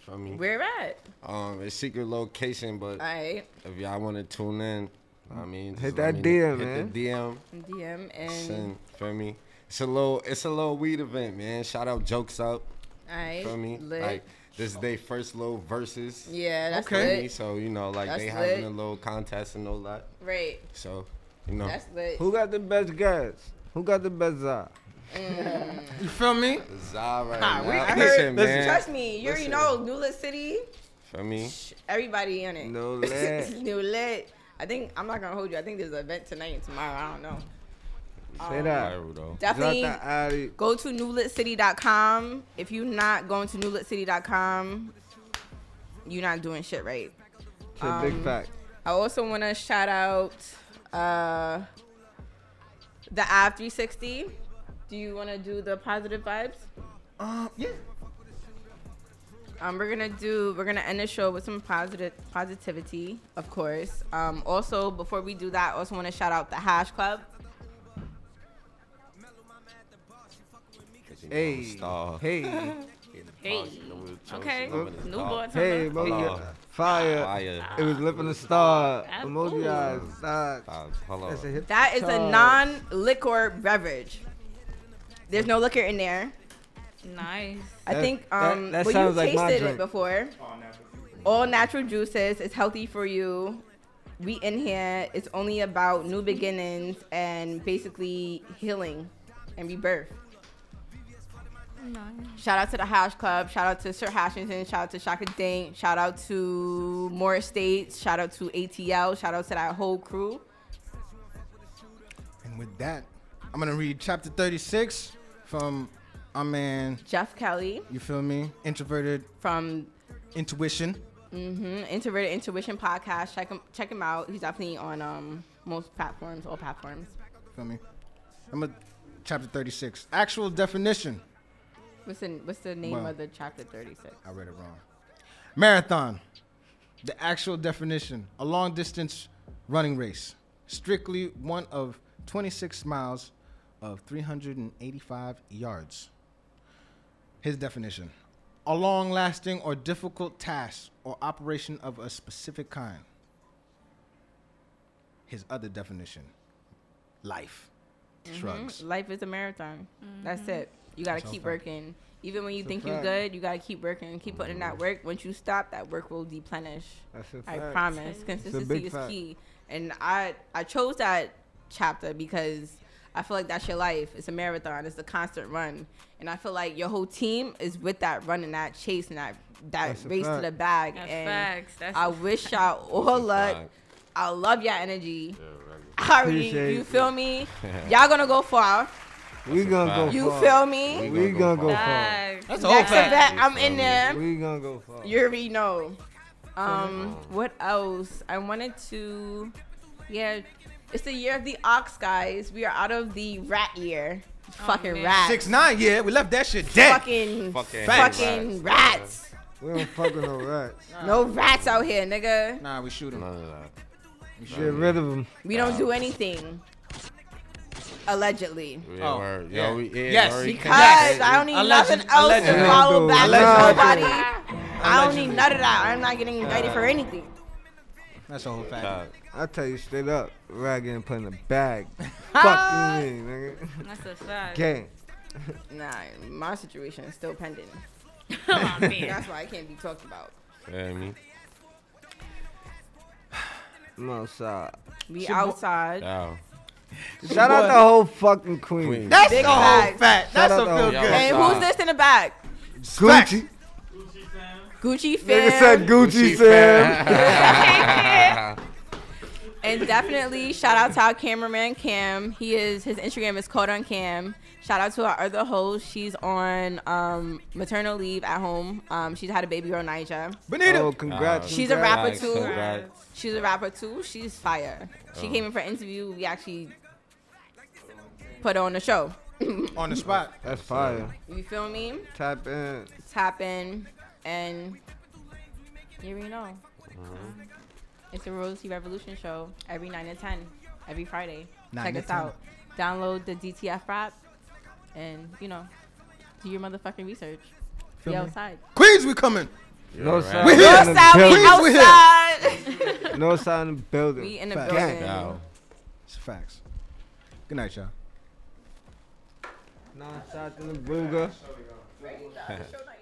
S10: Feel me?
S3: Where at?
S10: Um, it's secret location, but
S3: All right,
S10: if y'all wanna tune in, I mean, just
S4: Hit
S10: let
S4: that
S10: me know.
S4: DM,
S10: Hit the DM.
S3: DM and [LAUGHS]
S10: Send, feel me? It's a little, it's a little weed event, man. Shout out jokes up.
S3: all right.
S10: Feel me?
S3: Lit.
S10: Like this is their first little verses.
S3: yeah, that's
S10: feel
S2: Okay.
S10: me?
S3: lit.
S10: So you know, like
S3: That's
S10: they having
S3: lit.
S10: a little contest and all that.
S3: Right,
S10: So you know,
S3: that's lit.
S4: Who got the best guys? Who got the best za?
S3: mm.
S2: You feel me?
S10: it's all right.
S3: Ah.
S2: Nah, we-
S10: now.
S2: I heard-
S10: listen,
S2: listen,
S10: man.
S3: Trust me, you already
S10: Listen.
S3: know Newlet City.
S10: Feel me?
S3: Shh, Everybody in it. [LAUGHS]
S4: No lag.
S3: Newlet. I think I'm not gonna hold you. I think there's an event tonight and tomorrow. I don't know. Um,
S4: Say that.
S10: Viral though.
S3: Definitely.
S4: Drop the alley.
S3: go to newlitcity.com. If you're not going to newlitcity.com, you're not doing shit right. Um,
S4: It's a big fact.
S3: I also want to shout out uh, the Av 360. Do you want to do the positive vibes?
S2: Um, yeah.
S3: Um, we're gonna do. We're gonna end the show with some positive positivity, of course. Um, also, before we do that, I also want to shout out the Hash Club.
S4: Hey.
S10: Star.
S3: [LAUGHS]
S4: Hey.
S11: Hey. Okay. New boy.
S4: Hey,
S11: talking
S4: Mo,
S10: Hello.
S4: yeah. fire.
S10: Fire.
S4: It was lip in the star. Emoji
S11: Ooh.
S4: eyes. Socks.
S10: Vibes. Hello.
S4: That's a hip
S3: That is a
S4: charge.
S3: non-liquor beverage. There's no liquor in there.
S11: about- Nice.
S3: I
S4: That-
S3: think
S4: that-
S3: um
S4: that
S3: well, you
S4: sounds like my
S3: tasted it
S4: drink.
S3: before. All natural juices. It's healthy for you. We in here. It's only about new beginnings and basically healing and rebirth.
S11: "Mm,
S3: Shout out to the Hash Club. Shout out to Sir Hashington. Shout out to Shaka Dink. Shout out to Morris States. Shout out to ATL. Shout out to that whole crew.
S2: With that, I'm gonna read chapter 36 from our man
S3: Jeff Kelly.
S2: You feel me? Introverted
S3: from
S2: Intuition.
S3: hmm Introverted Intuition podcast. Check him check him out. He's definitely on um most platforms, all platforms.
S2: Feel me? I'm a chapter 36. Actual definition.
S3: What's the what's the name
S2: Wow.
S3: of the chapter thirty six?
S2: I read it wrong. Marathon. The actual definition a long distance running race. Strictly one of 26 miles of 385 yards. His definition a long lasting or difficult task or operation of a specific kind. His other definition life.
S4: Mm-hmm.
S3: Mm-hmm.
S2: Shrugs.
S3: Life is a marathon. That's
S11: Mhm.
S3: it. You gotta
S2: That's a
S3: keep
S2: fact.
S3: working. Even when you
S4: It's a
S3: think you're
S4: fact. Mm-hmm.
S3: good, you gotta keep working. Keep putting in that work. Once you stop, that work will deplenish.
S4: That's a
S3: I
S4: fact.
S3: promise.
S4: It's a big
S3: Consistency is
S4: fact.
S3: key. And I I chose that chapter because I feel like that's your life. It's a marathon. It's a constant run. And I feel like your whole team is with that run and that chase and that that
S11: That's a
S3: race to
S11: fact.
S3: the bag.
S11: That's
S3: and
S11: facts. That's
S3: I
S11: a
S3: wish
S11: fact.
S3: y'all all
S11: That's a
S3: luck.
S11: fact.
S3: I love your energy.
S10: right.
S3: I already,
S4: Appreciate
S3: you
S4: it.
S3: feel
S4: [LAUGHS]
S3: me? Y'all gonna go far.
S4: We gonna go.
S3: You
S4: far.
S3: feel me?
S4: We gonna go far.
S11: Facts.
S3: That's Back to back, I'm in there.
S4: We gonna go far.
S3: You already know. Um, what else? I wanted to, yeah, it's the year of the ox, guys. We are out of the rat year. fucking
S11: man.
S3: rats.
S2: Six nine, yeah, we left that shit dead.
S3: Fucking,
S2: Fucking
S3: fucking, fucking
S2: rats.
S3: rats.
S4: We don't fuck with no rats.
S3: No rats out here, nigga.
S2: Nah, we shoot him.
S4: Get rid of them.
S3: We don't do anything. Allegedly.
S10: Yeah,
S2: Oh,
S10: word.
S2: yeah.
S10: Yo, we, yeah,
S2: Yes,
S10: already
S2: because-
S3: Guys,
S10: connected.
S3: I don't need
S2: Alleged-
S3: nothing else
S2: allegedly.
S3: to follow back
S4: Allegedly.
S3: to nobody. I don't need none of that. I'm not getting indicted for anything.
S2: That's a whole fact.
S4: I tell you straight up, rat getting put in a
S3: [LAUGHS]
S4: bag. fuck you, mean, nigga.
S11: That's a fact.
S4: Gang.
S3: Nah, my situation is still pending.
S11: [LAUGHS] oh, man.
S3: That's why I can't be talked about.
S10: Yeah, I mean,
S4: I'm outside.
S3: We outside.
S10: yo.
S4: Shout out the whole fucking queen.
S10: Queen.
S2: That's
S3: Big
S2: the whole
S3: facts.
S2: fact. That's a
S4: Shout out
S2: feel
S10: to
S2: good.
S10: all y'all.
S3: And who's this in the back?
S2: Facts.
S4: Gucci.
S3: Gucci fam.
S4: Nigga said Gucci, fam.
S3: [LAUGHS] and definitely shout out to our cameraman Cam. He is his Instagram is code on Cam. Shout out to our other host. She's on um, maternal leave at home. Um, she's had a baby girl, Nija.
S2: Benita.
S4: Oh, congrats.
S3: She's a
S4: congrats. Oh.
S3: rapper
S10: Congrats,
S3: too.
S10: congrats.
S3: She's a rapper too. She's fire. She came in for an interview. We actually put her on the show.
S2: [LAUGHS] on the spot.
S4: That's fire.
S3: You feel me?
S4: Tap in.
S3: Tap in and you already know.
S4: Uh-huh.
S3: It's the Royalty Revolution show every 9 to 10, every Friday.
S2: 9
S3: Check
S2: to
S3: us
S2: 10.
S3: out. Download the DTF app and, you know, do your motherfucking research.
S2: Feel
S3: Be
S2: me?
S3: outside.
S2: Queens, we coming.
S4: No
S10: right.
S4: sign.
S2: We here.
S4: in the
S3: Outside, we
S4: building.
S2: Please, we here.
S3: outside.
S4: [LAUGHS] No sign in the building.
S3: we in the
S2: Fact.
S3: building.
S10: Yo.
S2: It's facts. Good night, y'all.
S4: Non-shot in the booger.
S10: [LAUGHS]
S3: Ready? Show night.
S10: [LAUGHS]